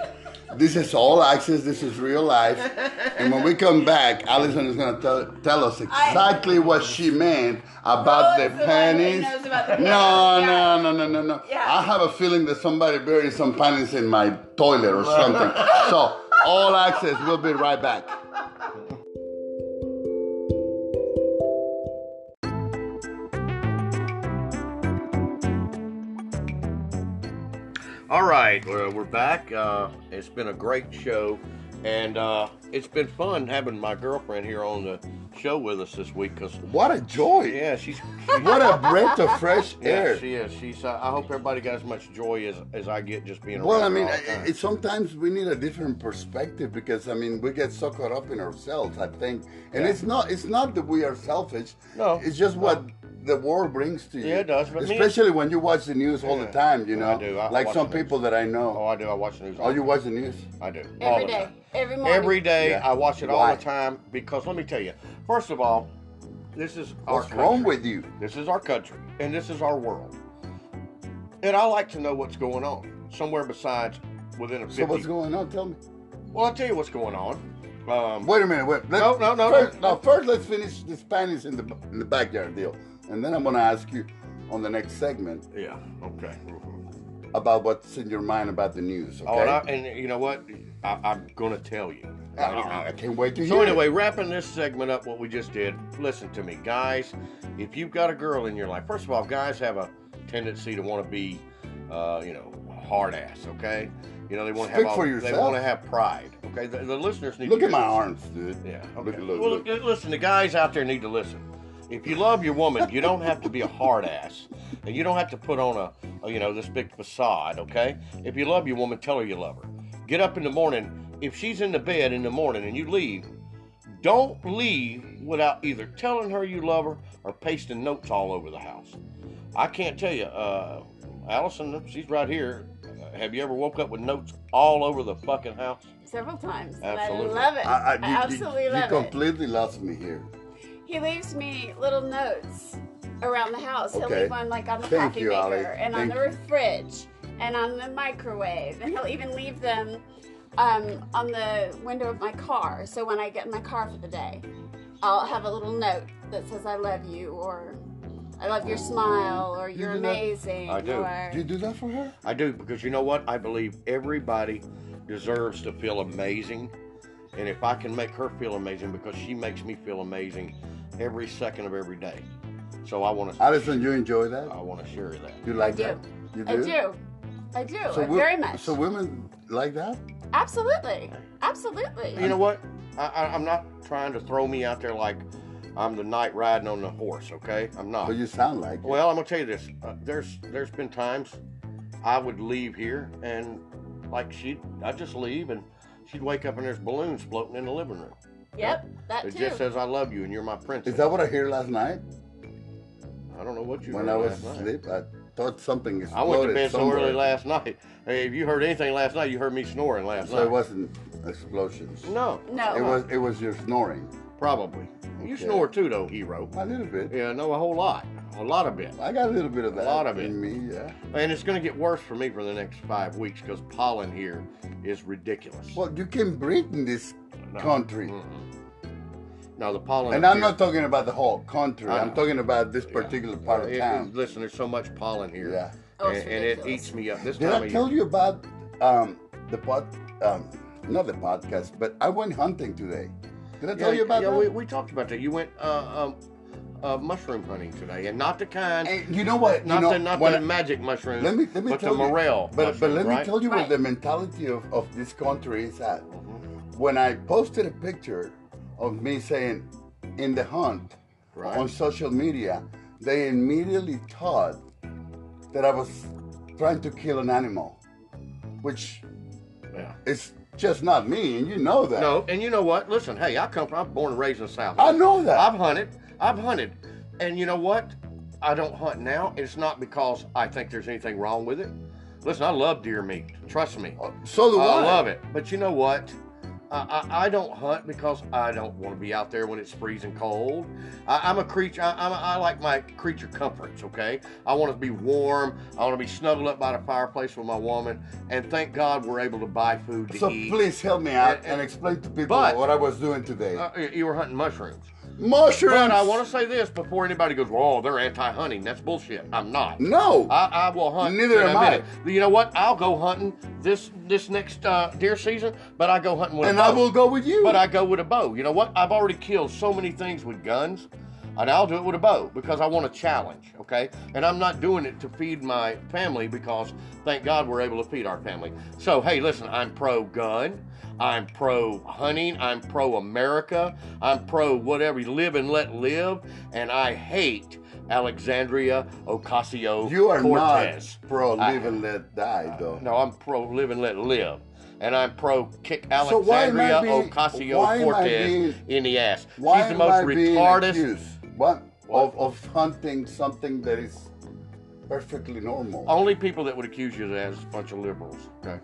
[SPEAKER 2] This is all access. This is real life. And when we come back, Allison is going to tell, tell us exactly what she meant about
[SPEAKER 4] Oh,
[SPEAKER 2] the
[SPEAKER 4] so
[SPEAKER 2] panties.
[SPEAKER 4] everybody knows about the
[SPEAKER 2] No,
[SPEAKER 4] panties. Yeah.
[SPEAKER 2] no, no, no, no, no.
[SPEAKER 4] Yeah.
[SPEAKER 2] I have a feeling that somebody buried some panties in my toilet or something. so, all access. We'll be right back.
[SPEAKER 1] All right. Well, we're back. Uh, it's been a great show, and uh, it's been fun having my girlfriend here on the show with us this week. Cause
[SPEAKER 2] What a joy!
[SPEAKER 1] yeah, she's.
[SPEAKER 2] What a breath of fresh air.
[SPEAKER 1] Yeah, she is. She's. Uh, I hope everybody got as much joy as, as I get just being around.
[SPEAKER 2] Well, I
[SPEAKER 1] her
[SPEAKER 2] mean,
[SPEAKER 1] all
[SPEAKER 2] I-
[SPEAKER 1] the time.
[SPEAKER 2] it, sometimes we need a different perspective because I mean, we get so caught up in ourselves. I think, and
[SPEAKER 1] Yeah.
[SPEAKER 2] it's not it's not that we are selfish.
[SPEAKER 1] No,
[SPEAKER 2] it's just what the world brings to you.
[SPEAKER 1] Yeah, it does, but me-
[SPEAKER 2] Especially when you watch the news all the
[SPEAKER 1] Yeah,
[SPEAKER 2] time. You
[SPEAKER 1] I
[SPEAKER 2] know,
[SPEAKER 1] do. I
[SPEAKER 2] like
[SPEAKER 1] watch
[SPEAKER 2] some
[SPEAKER 1] the news.
[SPEAKER 2] people that I
[SPEAKER 1] oh,
[SPEAKER 2] know.
[SPEAKER 1] I do. I watch the news.
[SPEAKER 2] Oh, you watch the news?
[SPEAKER 1] I do. all
[SPEAKER 4] every
[SPEAKER 1] the
[SPEAKER 4] day,
[SPEAKER 1] time.
[SPEAKER 4] every morning.
[SPEAKER 1] Every day,
[SPEAKER 2] Yeah.
[SPEAKER 1] I watch it all
[SPEAKER 2] Why?
[SPEAKER 1] the time because let me tell you. First of all, This is our
[SPEAKER 5] What's wrong
[SPEAKER 1] country.
[SPEAKER 5] with you?
[SPEAKER 1] This is our country, and this is our world. And I like to know what's going on somewhere besides within a 50.
[SPEAKER 2] So what's going on? Tell me.
[SPEAKER 1] well, I'll tell you what's going on. Um,
[SPEAKER 2] Wait a minute. Wait. Let-
[SPEAKER 1] No, no, no,
[SPEAKER 2] First,
[SPEAKER 1] no.
[SPEAKER 2] Now, first, let's finish the Spanish in the in the backyard deal, and then I'm gonna ask you on the next segment
[SPEAKER 1] yeah, okay.
[SPEAKER 2] about what's in your mind about the news. Okay.
[SPEAKER 1] Oh, and, I, and you know what? I, I'm going to tell you.
[SPEAKER 2] I, I- I can't wait to
[SPEAKER 1] So
[SPEAKER 2] hear.
[SPEAKER 1] anyway, wrapping this segment up, what we just did. Listen to me, guys. If you've got a girl in your life, first of all, guys have a tendency to want to be, uh, you know, hard ass. Okay, you know they want to have
[SPEAKER 2] Speak
[SPEAKER 1] all,
[SPEAKER 2] for
[SPEAKER 1] they
[SPEAKER 2] yourself.
[SPEAKER 1] want to have pride. Okay, the, the listeners
[SPEAKER 2] it.
[SPEAKER 1] need.
[SPEAKER 2] Look
[SPEAKER 1] to
[SPEAKER 2] at my
[SPEAKER 1] hear this.
[SPEAKER 2] arms, dude.
[SPEAKER 1] Yeah.
[SPEAKER 2] Look,
[SPEAKER 1] Okay.
[SPEAKER 2] look,
[SPEAKER 1] well,
[SPEAKER 2] look.
[SPEAKER 1] look, listen, the guys out there need to listen. If you love your woman, you don't have to be a hard ass, and you don't have to put on a, a, you know this big facade. Okay. If you love your woman, tell her you love her. Get up in the morning. If she's in the bed in the morning and you leave, don't leave without either telling her you love her or pasting notes all over the house. I can't tell you, uh, Allison, she's right here. Uh, have you ever woke up with notes all over the fucking house?
[SPEAKER 3] Several times. and
[SPEAKER 1] Absolutely.
[SPEAKER 3] I love it.
[SPEAKER 2] I, I, you, you-
[SPEAKER 3] absolutely
[SPEAKER 2] you,
[SPEAKER 3] love it.
[SPEAKER 2] completely lost me here.
[SPEAKER 3] He leaves me little notes around the house. He'll
[SPEAKER 2] Okay.
[SPEAKER 3] leave one like on the
[SPEAKER 2] Thank
[SPEAKER 3] coffee
[SPEAKER 2] you,
[SPEAKER 3] maker
[SPEAKER 2] Ollie.
[SPEAKER 3] and
[SPEAKER 2] Thank
[SPEAKER 3] on the fridge and on the microwave. And he'll even leave them um, on the window of my car. So when I get in my car for the day, I'll have a little note that says I love you or I love your smile or you're
[SPEAKER 2] do that?
[SPEAKER 3] amazing
[SPEAKER 1] I do.
[SPEAKER 3] or
[SPEAKER 2] Do you do that for her?
[SPEAKER 1] I do because you know what? I believe everybody deserves to feel amazing. And if I can make her feel amazing because she makes me feel amazing every second of every day. So I want to
[SPEAKER 2] Allison, you enjoy that?
[SPEAKER 1] I want to share that.
[SPEAKER 2] You like
[SPEAKER 3] do.
[SPEAKER 2] that? You do.
[SPEAKER 3] I do. I do.
[SPEAKER 2] So wo-
[SPEAKER 3] very much.
[SPEAKER 2] So women like that?
[SPEAKER 3] Absolutely. Absolutely.
[SPEAKER 1] You know what? I, I, I'm not trying to throw me out there like I'm the knight riding on the horse, okay? I'm not.
[SPEAKER 2] But you sound like it.
[SPEAKER 1] Well, I'm gonna tell you this. Uh, there's there's been times I would leave here and like she would I just leave and she'd wake up and there's balloons floating in the living room.
[SPEAKER 3] Yep, that
[SPEAKER 1] It
[SPEAKER 3] too.
[SPEAKER 1] just says I love you and you're my princess.
[SPEAKER 2] Is that what I heard last night?
[SPEAKER 1] I don't know what you
[SPEAKER 2] When
[SPEAKER 1] heard
[SPEAKER 2] I was
[SPEAKER 1] last night.
[SPEAKER 2] asleep, I thought something
[SPEAKER 1] I
[SPEAKER 2] exploded
[SPEAKER 1] went to bed
[SPEAKER 2] somewhere.
[SPEAKER 1] so early last night. Hey, if you heard anything last night, you heard me snoring last
[SPEAKER 2] So
[SPEAKER 1] night.
[SPEAKER 2] it wasn't explosions.
[SPEAKER 1] no,
[SPEAKER 3] No.
[SPEAKER 2] It was it was your snoring.
[SPEAKER 1] probably. You
[SPEAKER 2] Okay.
[SPEAKER 1] snore too, though, hero.
[SPEAKER 2] A little bit.
[SPEAKER 1] Yeah, no, a whole lot, a lot of it.
[SPEAKER 2] I got a little bit of
[SPEAKER 1] A
[SPEAKER 2] that
[SPEAKER 1] lot of
[SPEAKER 2] in me, yeah.
[SPEAKER 1] And it's going to get worse for me for the next five weeks because pollen here is ridiculous.
[SPEAKER 2] Well, you can breathe in this
[SPEAKER 1] No.
[SPEAKER 2] country.
[SPEAKER 1] Now the pollen.
[SPEAKER 2] And
[SPEAKER 1] up
[SPEAKER 2] I'm
[SPEAKER 1] here-
[SPEAKER 2] not talking about the whole country.
[SPEAKER 1] I
[SPEAKER 2] I'm
[SPEAKER 1] know.
[SPEAKER 2] talking about this
[SPEAKER 1] Yeah.
[SPEAKER 2] particular part
[SPEAKER 1] It-
[SPEAKER 2] of
[SPEAKER 1] it-
[SPEAKER 2] town.
[SPEAKER 1] listen, there's so much pollen here,
[SPEAKER 2] Yeah.
[SPEAKER 3] Oh,
[SPEAKER 1] and,
[SPEAKER 3] it's
[SPEAKER 1] and it
[SPEAKER 3] ridiculous.
[SPEAKER 1] eats me up. This
[SPEAKER 2] Did
[SPEAKER 1] time
[SPEAKER 2] I
[SPEAKER 1] of
[SPEAKER 2] tell
[SPEAKER 1] year.
[SPEAKER 2] you about um, the pod? Um, not the podcast, but I went hunting today. Did I
[SPEAKER 1] Yeah,
[SPEAKER 2] tell you about
[SPEAKER 1] yeah,
[SPEAKER 2] that?
[SPEAKER 1] We, we talked about that. You went uh, um, uh, mushroom hunting today, and not the kind.
[SPEAKER 2] And you know what?
[SPEAKER 1] Not
[SPEAKER 2] you know,
[SPEAKER 1] the not
[SPEAKER 2] when
[SPEAKER 1] the
[SPEAKER 2] I-
[SPEAKER 1] magic mushroom.
[SPEAKER 2] Let me let me
[SPEAKER 1] but
[SPEAKER 2] tell
[SPEAKER 1] the morel.
[SPEAKER 2] you. But but
[SPEAKER 1] mushroom,
[SPEAKER 2] let me
[SPEAKER 1] right?
[SPEAKER 2] tell you where
[SPEAKER 3] Right.
[SPEAKER 2] the mentality of, of this country is at.
[SPEAKER 1] Mm-hmm.
[SPEAKER 2] When I posted a picture of me saying in the hunt
[SPEAKER 1] Right.
[SPEAKER 2] on social media, they immediately thought that I was trying to kill an animal, which
[SPEAKER 1] Yeah.
[SPEAKER 2] is just not me, and you know that.
[SPEAKER 1] No, and you know what? Listen, hey, I come from. I'm born and raised in the South.
[SPEAKER 2] I know that.
[SPEAKER 1] I've hunted. I've hunted, and you know what? I don't hunt now. It's not because I think there's anything wrong with it. Listen, I love deer meat. Trust me.
[SPEAKER 2] So do I.
[SPEAKER 1] I love it. But you know what? I, I, I don't hunt because I don't want to be out there when it's freezing cold. I, I'm a creature. I, I'm a, I like my creature comforts. Okay, I want to be warm. I want to be snuggled up by the fireplace with my woman. And thank God we're able to buy food to
[SPEAKER 2] So
[SPEAKER 1] eat.
[SPEAKER 2] please help me out
[SPEAKER 1] And-
[SPEAKER 2] and,
[SPEAKER 1] and-
[SPEAKER 2] explain to people
[SPEAKER 1] but-
[SPEAKER 2] what I was doing today.
[SPEAKER 1] Uh, you- you were hunting mushrooms.
[SPEAKER 2] Mushrooms.
[SPEAKER 1] But I want to say this before anybody goes, "Whoa, they're anti-hunting." That's bullshit. I'm not.
[SPEAKER 2] No.
[SPEAKER 1] I, I will hunt.
[SPEAKER 2] Neither
[SPEAKER 1] in a
[SPEAKER 2] am I.
[SPEAKER 1] minute. You know what? I'll go hunting this this next uh, deer season, but I go hunting with.
[SPEAKER 2] and
[SPEAKER 1] a
[SPEAKER 2] I
[SPEAKER 1] bow.
[SPEAKER 2] will go with you.
[SPEAKER 1] But I go with a bow. You know what? I've already killed so many things with guns, and I'll do it with a bow because I want a challenge, okay? And I'm not doing it to feed my family because thank God we're able to feed our family. So, hey, listen, I'm pro gun. I'm pro hunting. I'm pro America. I'm pro whatever. you Live and let live. And I hate Alexandria Ocasio
[SPEAKER 2] you are
[SPEAKER 1] Cortez.
[SPEAKER 2] not pro live and let die, though.
[SPEAKER 1] No, I'm pro live and let live. And I'm pro kick
[SPEAKER 2] So why am I
[SPEAKER 1] Alexandria
[SPEAKER 2] being- why
[SPEAKER 1] Ocasio
[SPEAKER 2] am I
[SPEAKER 1] Cortez
[SPEAKER 2] being-
[SPEAKER 1] in the ass.
[SPEAKER 2] Why
[SPEAKER 1] She's the
[SPEAKER 2] am
[SPEAKER 1] most
[SPEAKER 2] I being
[SPEAKER 1] retarded.
[SPEAKER 2] accused? What?
[SPEAKER 1] What?
[SPEAKER 2] Of, of hunting something that is perfectly normal.
[SPEAKER 1] Oh. Only people that would accuse you of that is a bunch of liberals. Okay,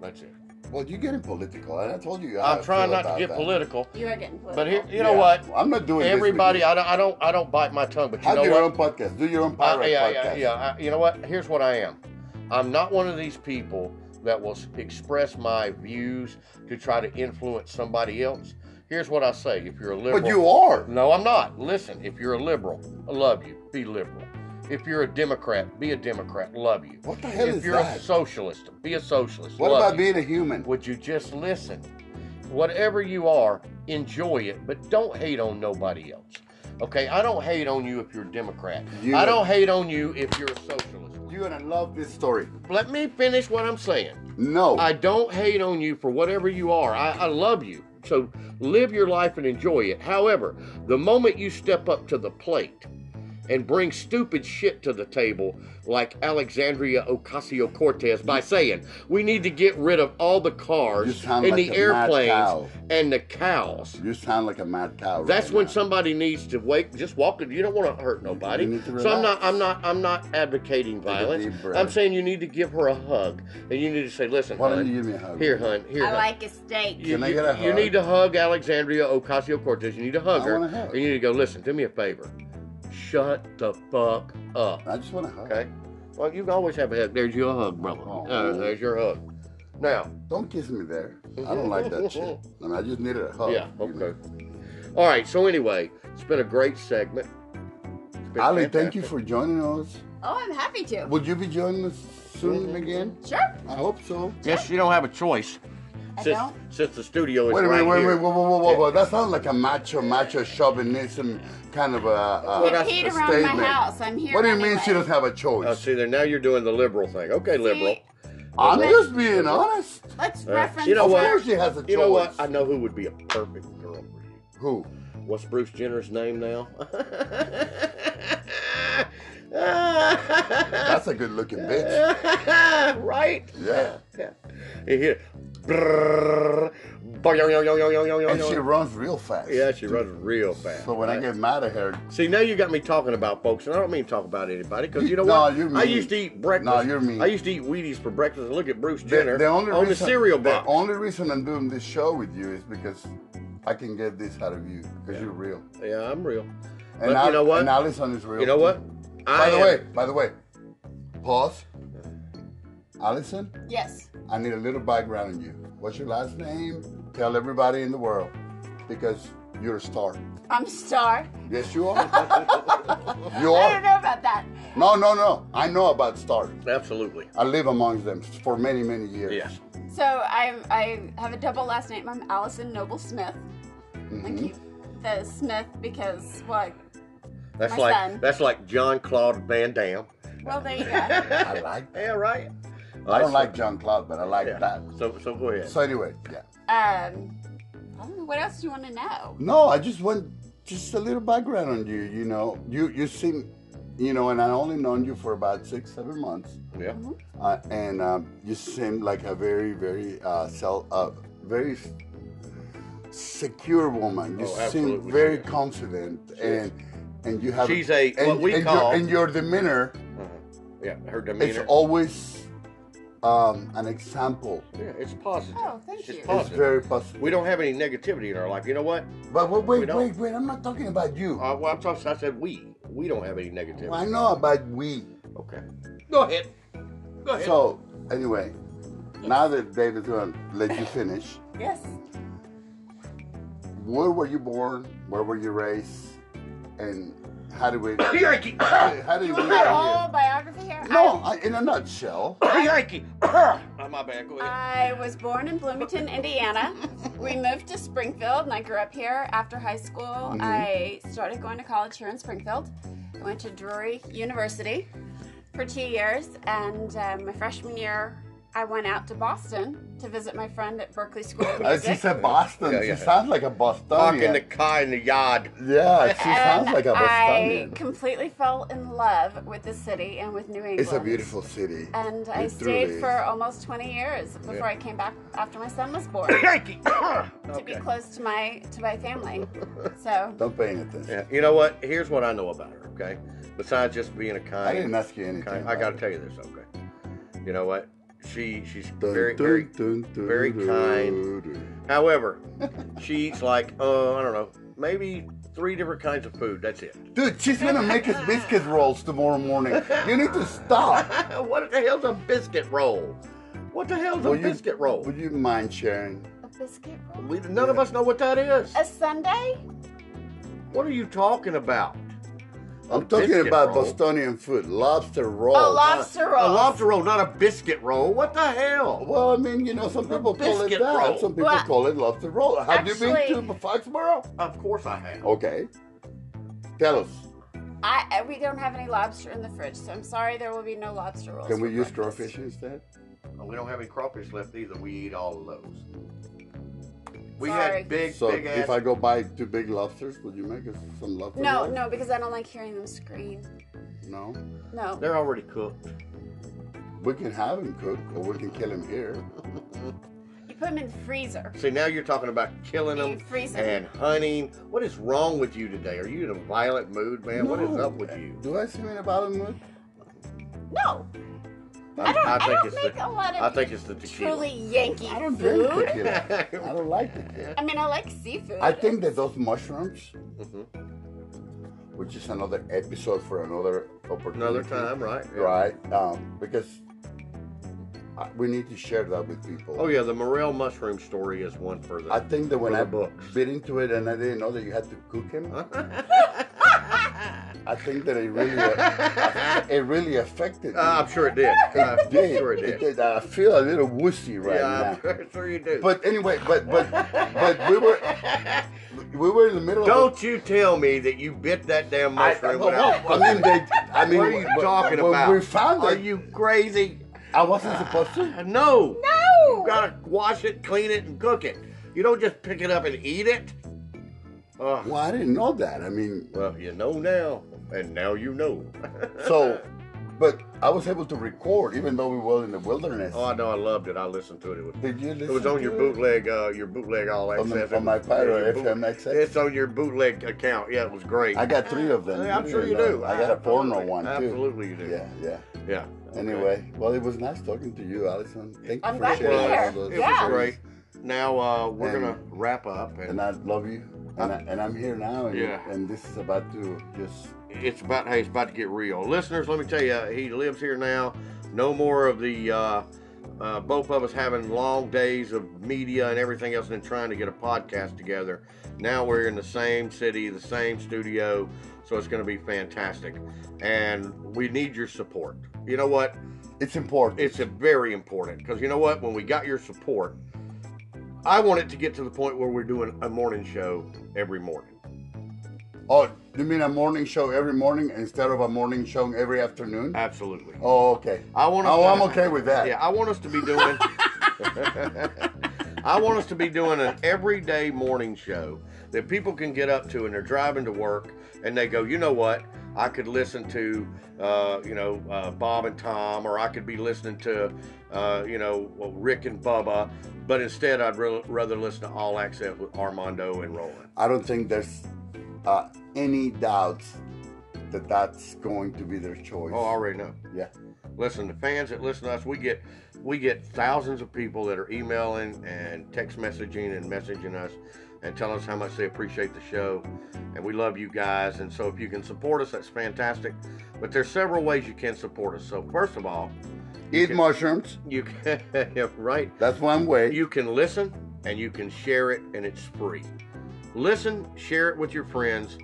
[SPEAKER 1] that's it.
[SPEAKER 2] Well, you're getting political, and I told you. how I
[SPEAKER 1] I'm trying
[SPEAKER 2] feel
[SPEAKER 1] not to
[SPEAKER 2] about
[SPEAKER 1] get
[SPEAKER 2] that.
[SPEAKER 1] political,
[SPEAKER 3] You are getting political.
[SPEAKER 1] but here, you know
[SPEAKER 2] Yeah.
[SPEAKER 1] what?
[SPEAKER 2] I'm not doing this with
[SPEAKER 1] Everybody,
[SPEAKER 2] you.
[SPEAKER 1] I don't, I don't, I don't bite my tongue, but you
[SPEAKER 2] Have
[SPEAKER 1] know
[SPEAKER 2] your
[SPEAKER 1] what?
[SPEAKER 2] own podcast. Do your own
[SPEAKER 1] I-
[SPEAKER 2] pirate
[SPEAKER 1] yeah, yeah,
[SPEAKER 2] podcast.
[SPEAKER 1] yeah. I, you know what? Here's what I am. I'm not one of these people that will s- express my views to try to influence somebody else. Here's what I say: If you're a liberal,
[SPEAKER 2] But you are.
[SPEAKER 1] No, I'm not. Listen, if you're a liberal, I love you. Be liberal. If you're a Democrat, be a Democrat. Love you.
[SPEAKER 2] What the hell
[SPEAKER 1] if
[SPEAKER 2] is
[SPEAKER 1] you're
[SPEAKER 2] that?
[SPEAKER 1] a socialist, be a socialist.
[SPEAKER 2] What
[SPEAKER 1] love
[SPEAKER 2] about
[SPEAKER 1] you.
[SPEAKER 2] being a human?
[SPEAKER 1] Would you just listen? Whatever you are, enjoy it, but don't hate on nobody else. Okay, I don't hate on you if you're a Democrat.
[SPEAKER 2] You-
[SPEAKER 1] I don't hate on you if you're a socialist.
[SPEAKER 2] You're gonna love this story.
[SPEAKER 1] Let me finish what I'm saying.
[SPEAKER 2] No.
[SPEAKER 1] I don't hate on you for whatever you are. I, I love you. So live your life and enjoy it. However, the moment you step up to the plate and bring stupid shit to the table, like Alexandria Ocasio Cortez, by saying, we need to get rid of all the
[SPEAKER 2] You
[SPEAKER 1] cars
[SPEAKER 2] sound
[SPEAKER 1] and
[SPEAKER 2] like
[SPEAKER 1] the
[SPEAKER 2] a mad cow.
[SPEAKER 1] airplanes and the cows.
[SPEAKER 2] you sound like a mad cow.
[SPEAKER 1] That's
[SPEAKER 2] right
[SPEAKER 1] when
[SPEAKER 2] now.
[SPEAKER 1] somebody needs to wake. Just walk. You don't want to hurt nobody.
[SPEAKER 2] need to
[SPEAKER 1] so I'm
[SPEAKER 2] relax.
[SPEAKER 1] not. I'm not. I'm not advocating
[SPEAKER 2] a
[SPEAKER 1] violence.
[SPEAKER 2] deep breath.
[SPEAKER 1] I'm saying you need to give her a hug, and you need to say, "Listen,
[SPEAKER 2] Why don't
[SPEAKER 1] hun,
[SPEAKER 2] you give me a hug?
[SPEAKER 1] Here, hun. Here,
[SPEAKER 3] I
[SPEAKER 1] hun.
[SPEAKER 3] like a steak.
[SPEAKER 1] You,
[SPEAKER 2] Can I
[SPEAKER 1] you-
[SPEAKER 2] get a
[SPEAKER 1] you
[SPEAKER 2] hug?
[SPEAKER 1] need to hug Alexandria Ocasio Cortez. You need to hug
[SPEAKER 2] I
[SPEAKER 1] her.
[SPEAKER 2] want a hug.
[SPEAKER 1] And you need to go. Listen, do me a favor. Shut the fuck up.
[SPEAKER 2] I just want to hug.
[SPEAKER 1] Okay. Well, you can always have a hug. There's your hug, brother.
[SPEAKER 2] Oh.
[SPEAKER 1] Uh, there's your hug. Now,
[SPEAKER 2] Don't kiss me there. I don't like that shit. I mean, I just needed a hug.
[SPEAKER 1] yeah.
[SPEAKER 2] Oh, you know.
[SPEAKER 1] Okay. All right. So anyway, it's been a great segment. It's been
[SPEAKER 2] Ali, thank you
[SPEAKER 1] fantastic.
[SPEAKER 2] for joining us.
[SPEAKER 3] Oh, I'm happy to.
[SPEAKER 2] Would you be joining us soon again?
[SPEAKER 3] Sure.
[SPEAKER 2] I hope so.
[SPEAKER 1] Yes, you don't have a choice.
[SPEAKER 3] I
[SPEAKER 1] Since,
[SPEAKER 3] don't.
[SPEAKER 1] since the studio is
[SPEAKER 2] Wait a
[SPEAKER 1] right
[SPEAKER 2] minute, wait a
[SPEAKER 1] here.
[SPEAKER 2] minute, whoa, whoa, whoa, whoa, whoa. That sounds like a macho, macho chauvinism kind of a, a,
[SPEAKER 1] What
[SPEAKER 2] a
[SPEAKER 1] I-
[SPEAKER 3] I'm
[SPEAKER 2] statement.
[SPEAKER 3] here around my house. I'm here.
[SPEAKER 2] What do you
[SPEAKER 3] anyway.
[SPEAKER 2] mean she doesn't have a
[SPEAKER 1] Oh,
[SPEAKER 2] choice?
[SPEAKER 1] see there. Now you're doing the liberal thing. Okay, liberal.
[SPEAKER 2] I'm just being honest.
[SPEAKER 3] Let's
[SPEAKER 1] Uh,
[SPEAKER 3] reference.
[SPEAKER 1] you know
[SPEAKER 2] Of
[SPEAKER 1] what?
[SPEAKER 2] course she has a choice.
[SPEAKER 1] You know what? I know who would be a perfect girl for you.
[SPEAKER 2] Who?
[SPEAKER 1] What's Bruce Jenner's name now?
[SPEAKER 2] That's a good looking bitch.
[SPEAKER 1] right?
[SPEAKER 2] Yeah.
[SPEAKER 1] Yeah. You hear brrrr, boing, yoing, yoing, yoing, yoing,
[SPEAKER 2] And she
[SPEAKER 1] yoing.
[SPEAKER 2] runs real fast.
[SPEAKER 1] Yeah, she runs real fast.
[SPEAKER 2] So when I get mad at her,
[SPEAKER 1] See, now you got me talking about folks, and I don't mean to talk about anybody because you know
[SPEAKER 2] No,
[SPEAKER 1] what?
[SPEAKER 2] you're
[SPEAKER 1] I
[SPEAKER 2] mean.
[SPEAKER 1] used to eat breakfast.
[SPEAKER 2] No, you're mean.
[SPEAKER 1] I used to eat Wheaties for breakfast. and Look at Bruce
[SPEAKER 2] the,
[SPEAKER 1] Jenner
[SPEAKER 2] the only
[SPEAKER 1] on
[SPEAKER 2] reason,
[SPEAKER 1] the cereal box.
[SPEAKER 2] The only reason I'm doing this show with you is because I can get this out of you because you're real.
[SPEAKER 1] yeah, I'm real.
[SPEAKER 2] And
[SPEAKER 1] But
[SPEAKER 2] Al-
[SPEAKER 1] you know what?
[SPEAKER 2] And Allison is real.
[SPEAKER 1] You know what?
[SPEAKER 2] By
[SPEAKER 1] I
[SPEAKER 2] the
[SPEAKER 1] am-
[SPEAKER 2] way, by the way, pause. Allison,
[SPEAKER 3] Yes.
[SPEAKER 2] I need a little background on you. What's your last name? Tell everybody in the world because you're a star.
[SPEAKER 3] I'm star.
[SPEAKER 2] Yes, you are. you
[SPEAKER 3] I don't
[SPEAKER 2] are.
[SPEAKER 3] know about that.
[SPEAKER 2] No, no, no. I know about stars.
[SPEAKER 1] absolutely.
[SPEAKER 2] I live amongst them for many, many years.
[SPEAKER 1] Yeah.
[SPEAKER 3] So I'm I have a double last name. I'm Allison Noble Smith. I keep the Smith because well,
[SPEAKER 1] That's
[SPEAKER 3] My
[SPEAKER 1] like
[SPEAKER 3] son.
[SPEAKER 1] that's like John Claude Van Damme.
[SPEAKER 3] well there you go. Um,
[SPEAKER 2] I like.
[SPEAKER 1] Yeah, right.
[SPEAKER 2] I don't like John Claude, but I like
[SPEAKER 1] yeah.
[SPEAKER 2] that.
[SPEAKER 1] So so go ahead.
[SPEAKER 2] So anyway, yeah.
[SPEAKER 3] Um, I don't know what else do you want to know.
[SPEAKER 2] No, I just want just a little background on you. You know, you you seem, you know, and I only known you for about six, seven months.
[SPEAKER 1] yeah.
[SPEAKER 2] uh, and um, you seem like a very, very uh, self, uh, very s- secure woman. You
[SPEAKER 1] Oh,
[SPEAKER 2] seem
[SPEAKER 1] absolutely,
[SPEAKER 2] very
[SPEAKER 1] yeah.
[SPEAKER 2] confident, and and you have.
[SPEAKER 1] She's a-
[SPEAKER 2] and,
[SPEAKER 1] what we
[SPEAKER 2] and
[SPEAKER 1] call-
[SPEAKER 2] your, and your demeanor
[SPEAKER 1] Uh-huh. Yeah. Her
[SPEAKER 2] is
[SPEAKER 1] demeanor.
[SPEAKER 2] always um, an example.
[SPEAKER 1] yeah, it's positive.
[SPEAKER 3] Oh, thank
[SPEAKER 1] it's just
[SPEAKER 3] you. It's
[SPEAKER 2] It's
[SPEAKER 1] Positive.
[SPEAKER 2] very positive.
[SPEAKER 1] we don't have any negativity in our life. You know what?
[SPEAKER 2] but wait,
[SPEAKER 1] we
[SPEAKER 2] wait,
[SPEAKER 1] don't.
[SPEAKER 2] wait, wait! I'm not talking about you.
[SPEAKER 1] Uh, well, I'm talking. I said we. We don't have any negativity.
[SPEAKER 2] I know about we.
[SPEAKER 1] Okay. Go ahead. Go ahead.
[SPEAKER 2] So anyway, now that David's gonna let you finish.
[SPEAKER 3] Yes.
[SPEAKER 2] Where were you born? Where were you raised? And how did we?
[SPEAKER 1] Yankee.
[SPEAKER 2] How did
[SPEAKER 3] You
[SPEAKER 2] we get
[SPEAKER 3] want my
[SPEAKER 2] here?
[SPEAKER 3] whole biography here?
[SPEAKER 2] No, I, in a nutshell.
[SPEAKER 1] Yankee. oh, my bad. Go ahead.
[SPEAKER 3] I was born in Bloomington, Indiana. we moved to Springfield, and I grew up here. After high school,
[SPEAKER 2] Mm-hmm.
[SPEAKER 3] I started going to college here in Springfield. I went to Drury University for two years, and um, my freshman year, I went out to Boston to visit my friend at Berkeley School of
[SPEAKER 2] Uh, she
[SPEAKER 3] Music.
[SPEAKER 2] said Boston.
[SPEAKER 1] Yeah, yeah.
[SPEAKER 2] She sounds like a
[SPEAKER 1] Walking the
[SPEAKER 2] Bostonian.
[SPEAKER 1] car in the yard.
[SPEAKER 2] Yeah, she
[SPEAKER 3] and
[SPEAKER 2] sounds like a
[SPEAKER 3] I
[SPEAKER 2] Bostonian.
[SPEAKER 3] completely fell in love with the city and with New England.
[SPEAKER 2] It's a beautiful city.
[SPEAKER 3] And I
[SPEAKER 2] It
[SPEAKER 3] stayed
[SPEAKER 2] truly is.
[SPEAKER 3] for almost 20 years before I came back after my son was born.
[SPEAKER 1] Yankee.
[SPEAKER 3] to be close to my to my family. So
[SPEAKER 2] Don't pay any attention.
[SPEAKER 1] Yeah, you know what? Here's what I know about her. Okay, besides just being a kind,
[SPEAKER 2] I didn't ask you anything.
[SPEAKER 1] kind I
[SPEAKER 2] about
[SPEAKER 1] got to
[SPEAKER 2] it.
[SPEAKER 1] tell you this. Okay, you know what? She she's
[SPEAKER 2] Dun,
[SPEAKER 1] very
[SPEAKER 2] dun,
[SPEAKER 1] very.
[SPEAKER 2] dun, dun,
[SPEAKER 1] very
[SPEAKER 2] dun,
[SPEAKER 1] kind.
[SPEAKER 2] dun.
[SPEAKER 1] However, she eats like uh, I don't know, maybe three different kinds of food. That's it.
[SPEAKER 2] Dude, she's gonna make us biscuit rolls tomorrow morning. You need to stop.
[SPEAKER 1] what the hell's a biscuit roll? What the hell's
[SPEAKER 2] Will
[SPEAKER 1] a
[SPEAKER 2] you-
[SPEAKER 1] biscuit roll?
[SPEAKER 2] Would you mind sharing?
[SPEAKER 3] A biscuit roll?
[SPEAKER 1] we, none of us know what that is.
[SPEAKER 3] A Sunday?
[SPEAKER 1] What are you talking about?
[SPEAKER 2] I'm talking
[SPEAKER 1] biscuit
[SPEAKER 2] about
[SPEAKER 1] roll.
[SPEAKER 2] Bostonian food, lobster roll.
[SPEAKER 3] Oh, lobster roll.
[SPEAKER 1] A lobster roll, not a biscuit roll. What the hell?
[SPEAKER 2] Well, I mean, you know, some people call it
[SPEAKER 1] biscuit
[SPEAKER 2] that.
[SPEAKER 1] roll.
[SPEAKER 2] Some people
[SPEAKER 3] Well,
[SPEAKER 2] call it lobster roll. Have you been
[SPEAKER 3] actually-
[SPEAKER 2] to Foxborough?
[SPEAKER 1] Of course I have.
[SPEAKER 2] Okay. Tell us,
[SPEAKER 3] I I- we don't have any lobster in the fridge, so I'm sorry there will be no lobster rolls.
[SPEAKER 2] can we
[SPEAKER 3] for
[SPEAKER 2] use
[SPEAKER 3] breakfast.
[SPEAKER 2] crawfish instead?
[SPEAKER 1] We don't have any crawfish left either. We eat all of those. We
[SPEAKER 3] Sorry.
[SPEAKER 1] had big,
[SPEAKER 2] So
[SPEAKER 1] big
[SPEAKER 2] if
[SPEAKER 1] ass.
[SPEAKER 2] I go buy two big lobsters, would you make us some lobster
[SPEAKER 3] No,
[SPEAKER 2] roll?
[SPEAKER 3] no, because I don't like hearing them scream.
[SPEAKER 2] No?
[SPEAKER 3] No.
[SPEAKER 1] They're already cooked.
[SPEAKER 2] We can have him cooked, or we can kill him here.
[SPEAKER 3] You put them in the freezer.
[SPEAKER 1] See, now you're talking about killing
[SPEAKER 3] You
[SPEAKER 1] them
[SPEAKER 3] freeze 'em.
[SPEAKER 1] and hunting. What is wrong with you today? Are you in a violent mood, man? What is
[SPEAKER 2] No.
[SPEAKER 1] up with you?
[SPEAKER 2] Do I seem in a bad mood?
[SPEAKER 3] No. I don't, I
[SPEAKER 1] I think
[SPEAKER 3] don't
[SPEAKER 1] it's
[SPEAKER 3] make
[SPEAKER 1] the-
[SPEAKER 3] a lot of
[SPEAKER 1] I think it's the tequila.
[SPEAKER 3] truly Yankee
[SPEAKER 2] I don't drink
[SPEAKER 3] food.
[SPEAKER 2] tequila. I don't like tequila.
[SPEAKER 3] I mean, I like seafood.
[SPEAKER 2] I think that those mushrooms,
[SPEAKER 1] Mhm.
[SPEAKER 2] which is another episode for another opportunity.
[SPEAKER 1] Another time, right? Yeah.
[SPEAKER 2] Right, um, because I, we need to share that with people.
[SPEAKER 1] Oh yeah, the morel mushroom story is one for
[SPEAKER 2] I
[SPEAKER 1] the.
[SPEAKER 2] think that when
[SPEAKER 1] For
[SPEAKER 2] I
[SPEAKER 1] the books.
[SPEAKER 2] bit into it and I didn't know that you had to cook him, I think that it really, uh, it really affected me.
[SPEAKER 1] Uh, I'm sure it did. Uh, I'm
[SPEAKER 2] did.
[SPEAKER 1] sure
[SPEAKER 2] It
[SPEAKER 1] it did.
[SPEAKER 2] did. I feel a little woozy right
[SPEAKER 1] yeah,
[SPEAKER 2] now.
[SPEAKER 1] I'm sure you do.
[SPEAKER 2] But anyway, but but but we were we were in the middle of.
[SPEAKER 1] don't you tell me that you bit that damn
[SPEAKER 2] I,
[SPEAKER 1] mushroom
[SPEAKER 2] well,
[SPEAKER 1] without.
[SPEAKER 2] no, I mean, they, I mean,
[SPEAKER 1] what are you
[SPEAKER 2] when-
[SPEAKER 1] talking
[SPEAKER 2] when
[SPEAKER 1] about?
[SPEAKER 2] We found
[SPEAKER 1] Are
[SPEAKER 2] it.
[SPEAKER 1] you crazy?
[SPEAKER 2] I wasn't supposed to.
[SPEAKER 1] No.
[SPEAKER 3] No.
[SPEAKER 1] You gotta wash it, clean it, and cook it. You don't just pick it up and eat it. Ugh.
[SPEAKER 2] Well, I didn't know that. I mean,
[SPEAKER 1] Well, you know now, and now you know.
[SPEAKER 2] so, but I was able to record even though we were in the wilderness.
[SPEAKER 1] oh, I know. I loved it. I listened to it. It was
[SPEAKER 2] Did you listen?
[SPEAKER 1] It was on your
[SPEAKER 2] to
[SPEAKER 1] bootleg, uh, your bootleg all
[SPEAKER 2] On the-
[SPEAKER 1] access.
[SPEAKER 2] on my Pyro
[SPEAKER 1] Your boot-
[SPEAKER 2] FM access?
[SPEAKER 1] It's on your bootleg account. Yeah, it was great.
[SPEAKER 2] I got three of them.
[SPEAKER 1] Yeah, I'm sure you
[SPEAKER 2] know.
[SPEAKER 1] do.
[SPEAKER 2] I got a porno
[SPEAKER 1] Absolutely.
[SPEAKER 2] one too.
[SPEAKER 1] Absolutely, you do.
[SPEAKER 2] Yeah, yeah.
[SPEAKER 1] yeah. okay.
[SPEAKER 2] Anyway, well, it was nice talking to you, Allison. Thank
[SPEAKER 3] I'm
[SPEAKER 2] you for
[SPEAKER 3] glad
[SPEAKER 1] it
[SPEAKER 3] you're
[SPEAKER 2] sharing
[SPEAKER 3] here.
[SPEAKER 2] all
[SPEAKER 1] was,
[SPEAKER 2] those.
[SPEAKER 1] it
[SPEAKER 3] Yeah.
[SPEAKER 1] was great. Now uh, we're
[SPEAKER 2] And-
[SPEAKER 1] gonna wrap up, and
[SPEAKER 2] and I love you. And, I, and I'm here now, and,
[SPEAKER 1] Yeah.
[SPEAKER 2] and this is about to just.
[SPEAKER 1] it's about hey, it's about to get real. Listeners, let me tell you, he lives here now. No more of the uh, uh, both of us having long days of media and everything else, and then trying to get a podcast together. Now we're in the same city, the same studio, so it's going to be fantastic. And we need your support. You know what?
[SPEAKER 2] It's important.
[SPEAKER 1] It's a very important because you know what? When we got your support, I want it to get to the point where we're doing a morning show every morning.
[SPEAKER 2] oh, you mean a morning show every morning instead of a morning show every afternoon?
[SPEAKER 1] Absolutely.
[SPEAKER 2] oh, okay.
[SPEAKER 1] I want. us
[SPEAKER 2] Oh,
[SPEAKER 1] to-
[SPEAKER 2] I'm okay with that.
[SPEAKER 1] Yeah, I want us to be doing. I want us to be doing an everyday morning show that people can get up to and they're driving to work and they go, you know what? I could listen to, uh, you know, uh, Bob and Tom, or I could be listening to, uh, you know, Rick and Bubba, but instead I'd re- rather listen to All Access with Armando and Roland.
[SPEAKER 2] I don't think there's uh, any doubts that that's going to be their choice.
[SPEAKER 1] Oh, I already know.
[SPEAKER 2] yeah.
[SPEAKER 1] listen the fans that listen to us we get we get thousands of people that are emailing and text messaging and messaging us and telling us how much they appreciate the show and we love you guys and so if you can support us that's fantastic but there's several ways you can support us so first of all
[SPEAKER 2] Eat
[SPEAKER 1] can-
[SPEAKER 2] mushrooms.
[SPEAKER 1] you can yeah, right
[SPEAKER 2] That's one way.
[SPEAKER 1] you can listen and you can share it and it's free listen share it with your friends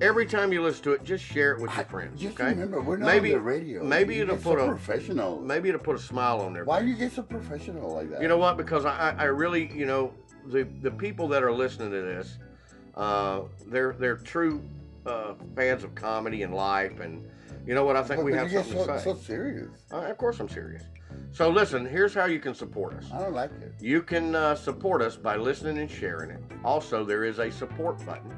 [SPEAKER 1] every time you listen to it just share it with your friends
[SPEAKER 2] Just
[SPEAKER 1] okay
[SPEAKER 2] remember, we're not
[SPEAKER 1] maybe
[SPEAKER 2] on the radio.
[SPEAKER 1] maybe
[SPEAKER 2] You
[SPEAKER 1] it'll
[SPEAKER 2] get so
[SPEAKER 1] put a
[SPEAKER 2] professional.
[SPEAKER 1] maybe it'll put a smile on their
[SPEAKER 2] Why do you get so professional like that?
[SPEAKER 1] You know what? Because I, I I really, you know, the the people that are listening to this, uh, they're they're true uh, fans of comedy and life, and you know what? I think
[SPEAKER 2] But
[SPEAKER 1] we
[SPEAKER 2] you
[SPEAKER 1] have
[SPEAKER 2] get
[SPEAKER 1] something
[SPEAKER 2] so,
[SPEAKER 1] to say.
[SPEAKER 2] so serious.
[SPEAKER 1] Uh, of course, I'm serious. So listen, here's how you can support us.
[SPEAKER 2] I don't like it.
[SPEAKER 1] You can uh, support us by listening and sharing it. Also, there is a support button.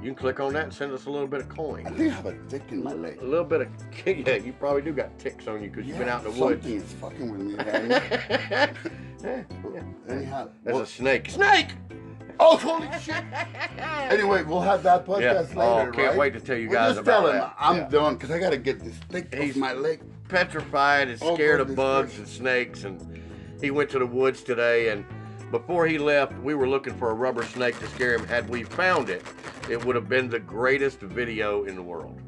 [SPEAKER 1] You can click on that and send us a little bit of
[SPEAKER 2] I
[SPEAKER 1] coin.
[SPEAKER 2] think I have a tick in my leg.
[SPEAKER 1] A little bit of yeah, you probably do got ticks on you because you've been out in the woods.
[SPEAKER 2] Something is fucking with me. man. Anyhow,
[SPEAKER 1] That's
[SPEAKER 2] well-
[SPEAKER 1] a snake. Snake.
[SPEAKER 2] oh holy shit! Anyway, we'll have that podcast
[SPEAKER 1] Yeah.
[SPEAKER 2] later.
[SPEAKER 1] Oh, can't
[SPEAKER 2] right?
[SPEAKER 1] wait to tell you
[SPEAKER 2] Well,
[SPEAKER 1] guys
[SPEAKER 2] just
[SPEAKER 1] about
[SPEAKER 2] tell him
[SPEAKER 1] that.
[SPEAKER 2] I'm
[SPEAKER 1] Yeah.
[SPEAKER 2] done because I gotta get this tick off
[SPEAKER 1] He's-
[SPEAKER 2] my leg.
[SPEAKER 1] petrified and
[SPEAKER 2] Oh,
[SPEAKER 1] scared of
[SPEAKER 2] goodness
[SPEAKER 1] bugs
[SPEAKER 2] gracious.
[SPEAKER 1] and snakes. And he went to the woods today. And before he left, we were looking for a rubber snake to scare him. Had we found it, it would have been the greatest video in the world.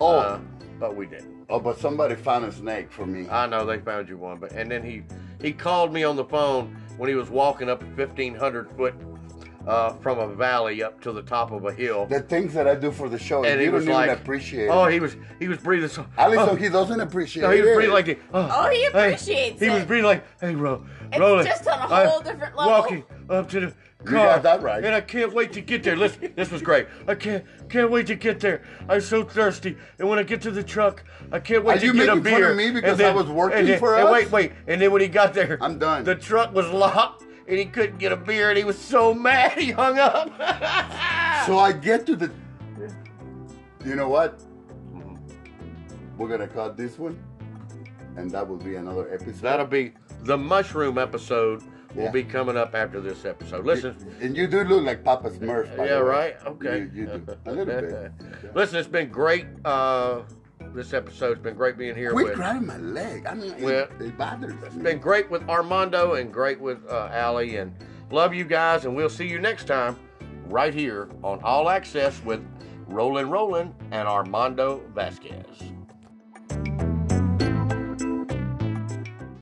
[SPEAKER 2] Oh,
[SPEAKER 1] Uh, but we didn't.
[SPEAKER 2] oh, but somebody found a snake for me.
[SPEAKER 1] I know they found you one, but and then he he called me on the phone when he was walking up 1,500 foot uh, from a valley up to the top of a hill.
[SPEAKER 2] the things that I do for the show,
[SPEAKER 1] and
[SPEAKER 2] you
[SPEAKER 1] he
[SPEAKER 2] don't
[SPEAKER 1] was
[SPEAKER 2] even
[SPEAKER 1] like,
[SPEAKER 2] appreciate.
[SPEAKER 1] "Oh,
[SPEAKER 2] it.
[SPEAKER 1] he was he was breathing so."
[SPEAKER 2] At least
[SPEAKER 1] oh,
[SPEAKER 2] he doesn't appreciate.
[SPEAKER 1] no, he was
[SPEAKER 2] it.
[SPEAKER 1] breathing like, the, "Oh,
[SPEAKER 3] Oh, he
[SPEAKER 1] hey."
[SPEAKER 3] appreciates
[SPEAKER 1] He was
[SPEAKER 3] it.
[SPEAKER 1] breathing like, "Hey, Ro,
[SPEAKER 3] It's
[SPEAKER 1] Roland,
[SPEAKER 3] just on a
[SPEAKER 1] I'm
[SPEAKER 3] whole different level."
[SPEAKER 1] Walking up to the car,
[SPEAKER 2] got that right.
[SPEAKER 1] and I can't wait to get there. Listen, this was great. I can't can't wait to get there. I'm so thirsty, and when I get to the truck, I can't wait
[SPEAKER 2] Are
[SPEAKER 1] to
[SPEAKER 2] you
[SPEAKER 1] get a
[SPEAKER 2] making fun
[SPEAKER 1] beer.
[SPEAKER 2] of me
[SPEAKER 1] And
[SPEAKER 2] because I
[SPEAKER 1] then-
[SPEAKER 2] was working
[SPEAKER 1] and then-
[SPEAKER 2] for
[SPEAKER 1] and
[SPEAKER 2] us?
[SPEAKER 1] Wait, wait, and then when he got there,
[SPEAKER 2] I'm done.
[SPEAKER 1] The truck was locked, and he couldn't get a beer, and he was so mad he hung up.
[SPEAKER 2] So I get to the. You know what?
[SPEAKER 1] Mm-hmm.
[SPEAKER 2] We're gonna cut this one, and that will be another episode.
[SPEAKER 1] That'll be the mushroom episode. Will
[SPEAKER 2] Yeah.
[SPEAKER 1] be coming up after this episode. Listen,
[SPEAKER 2] And you do look like Papa Smurf. By
[SPEAKER 1] yeah,
[SPEAKER 2] the way.
[SPEAKER 1] right. Okay,
[SPEAKER 2] You, you do a little bit.
[SPEAKER 1] Listen, it's been great. Uh, this episode's been great being here
[SPEAKER 2] Quit
[SPEAKER 1] with.
[SPEAKER 2] grabbing my leg. I mean,
[SPEAKER 1] Well,
[SPEAKER 2] it, it bothers
[SPEAKER 1] It's
[SPEAKER 2] me.
[SPEAKER 1] been great with Armando and great with uh, Allie and love you guys and we'll see you next time right here on All Access with Roland Roland and Armando Vasquez.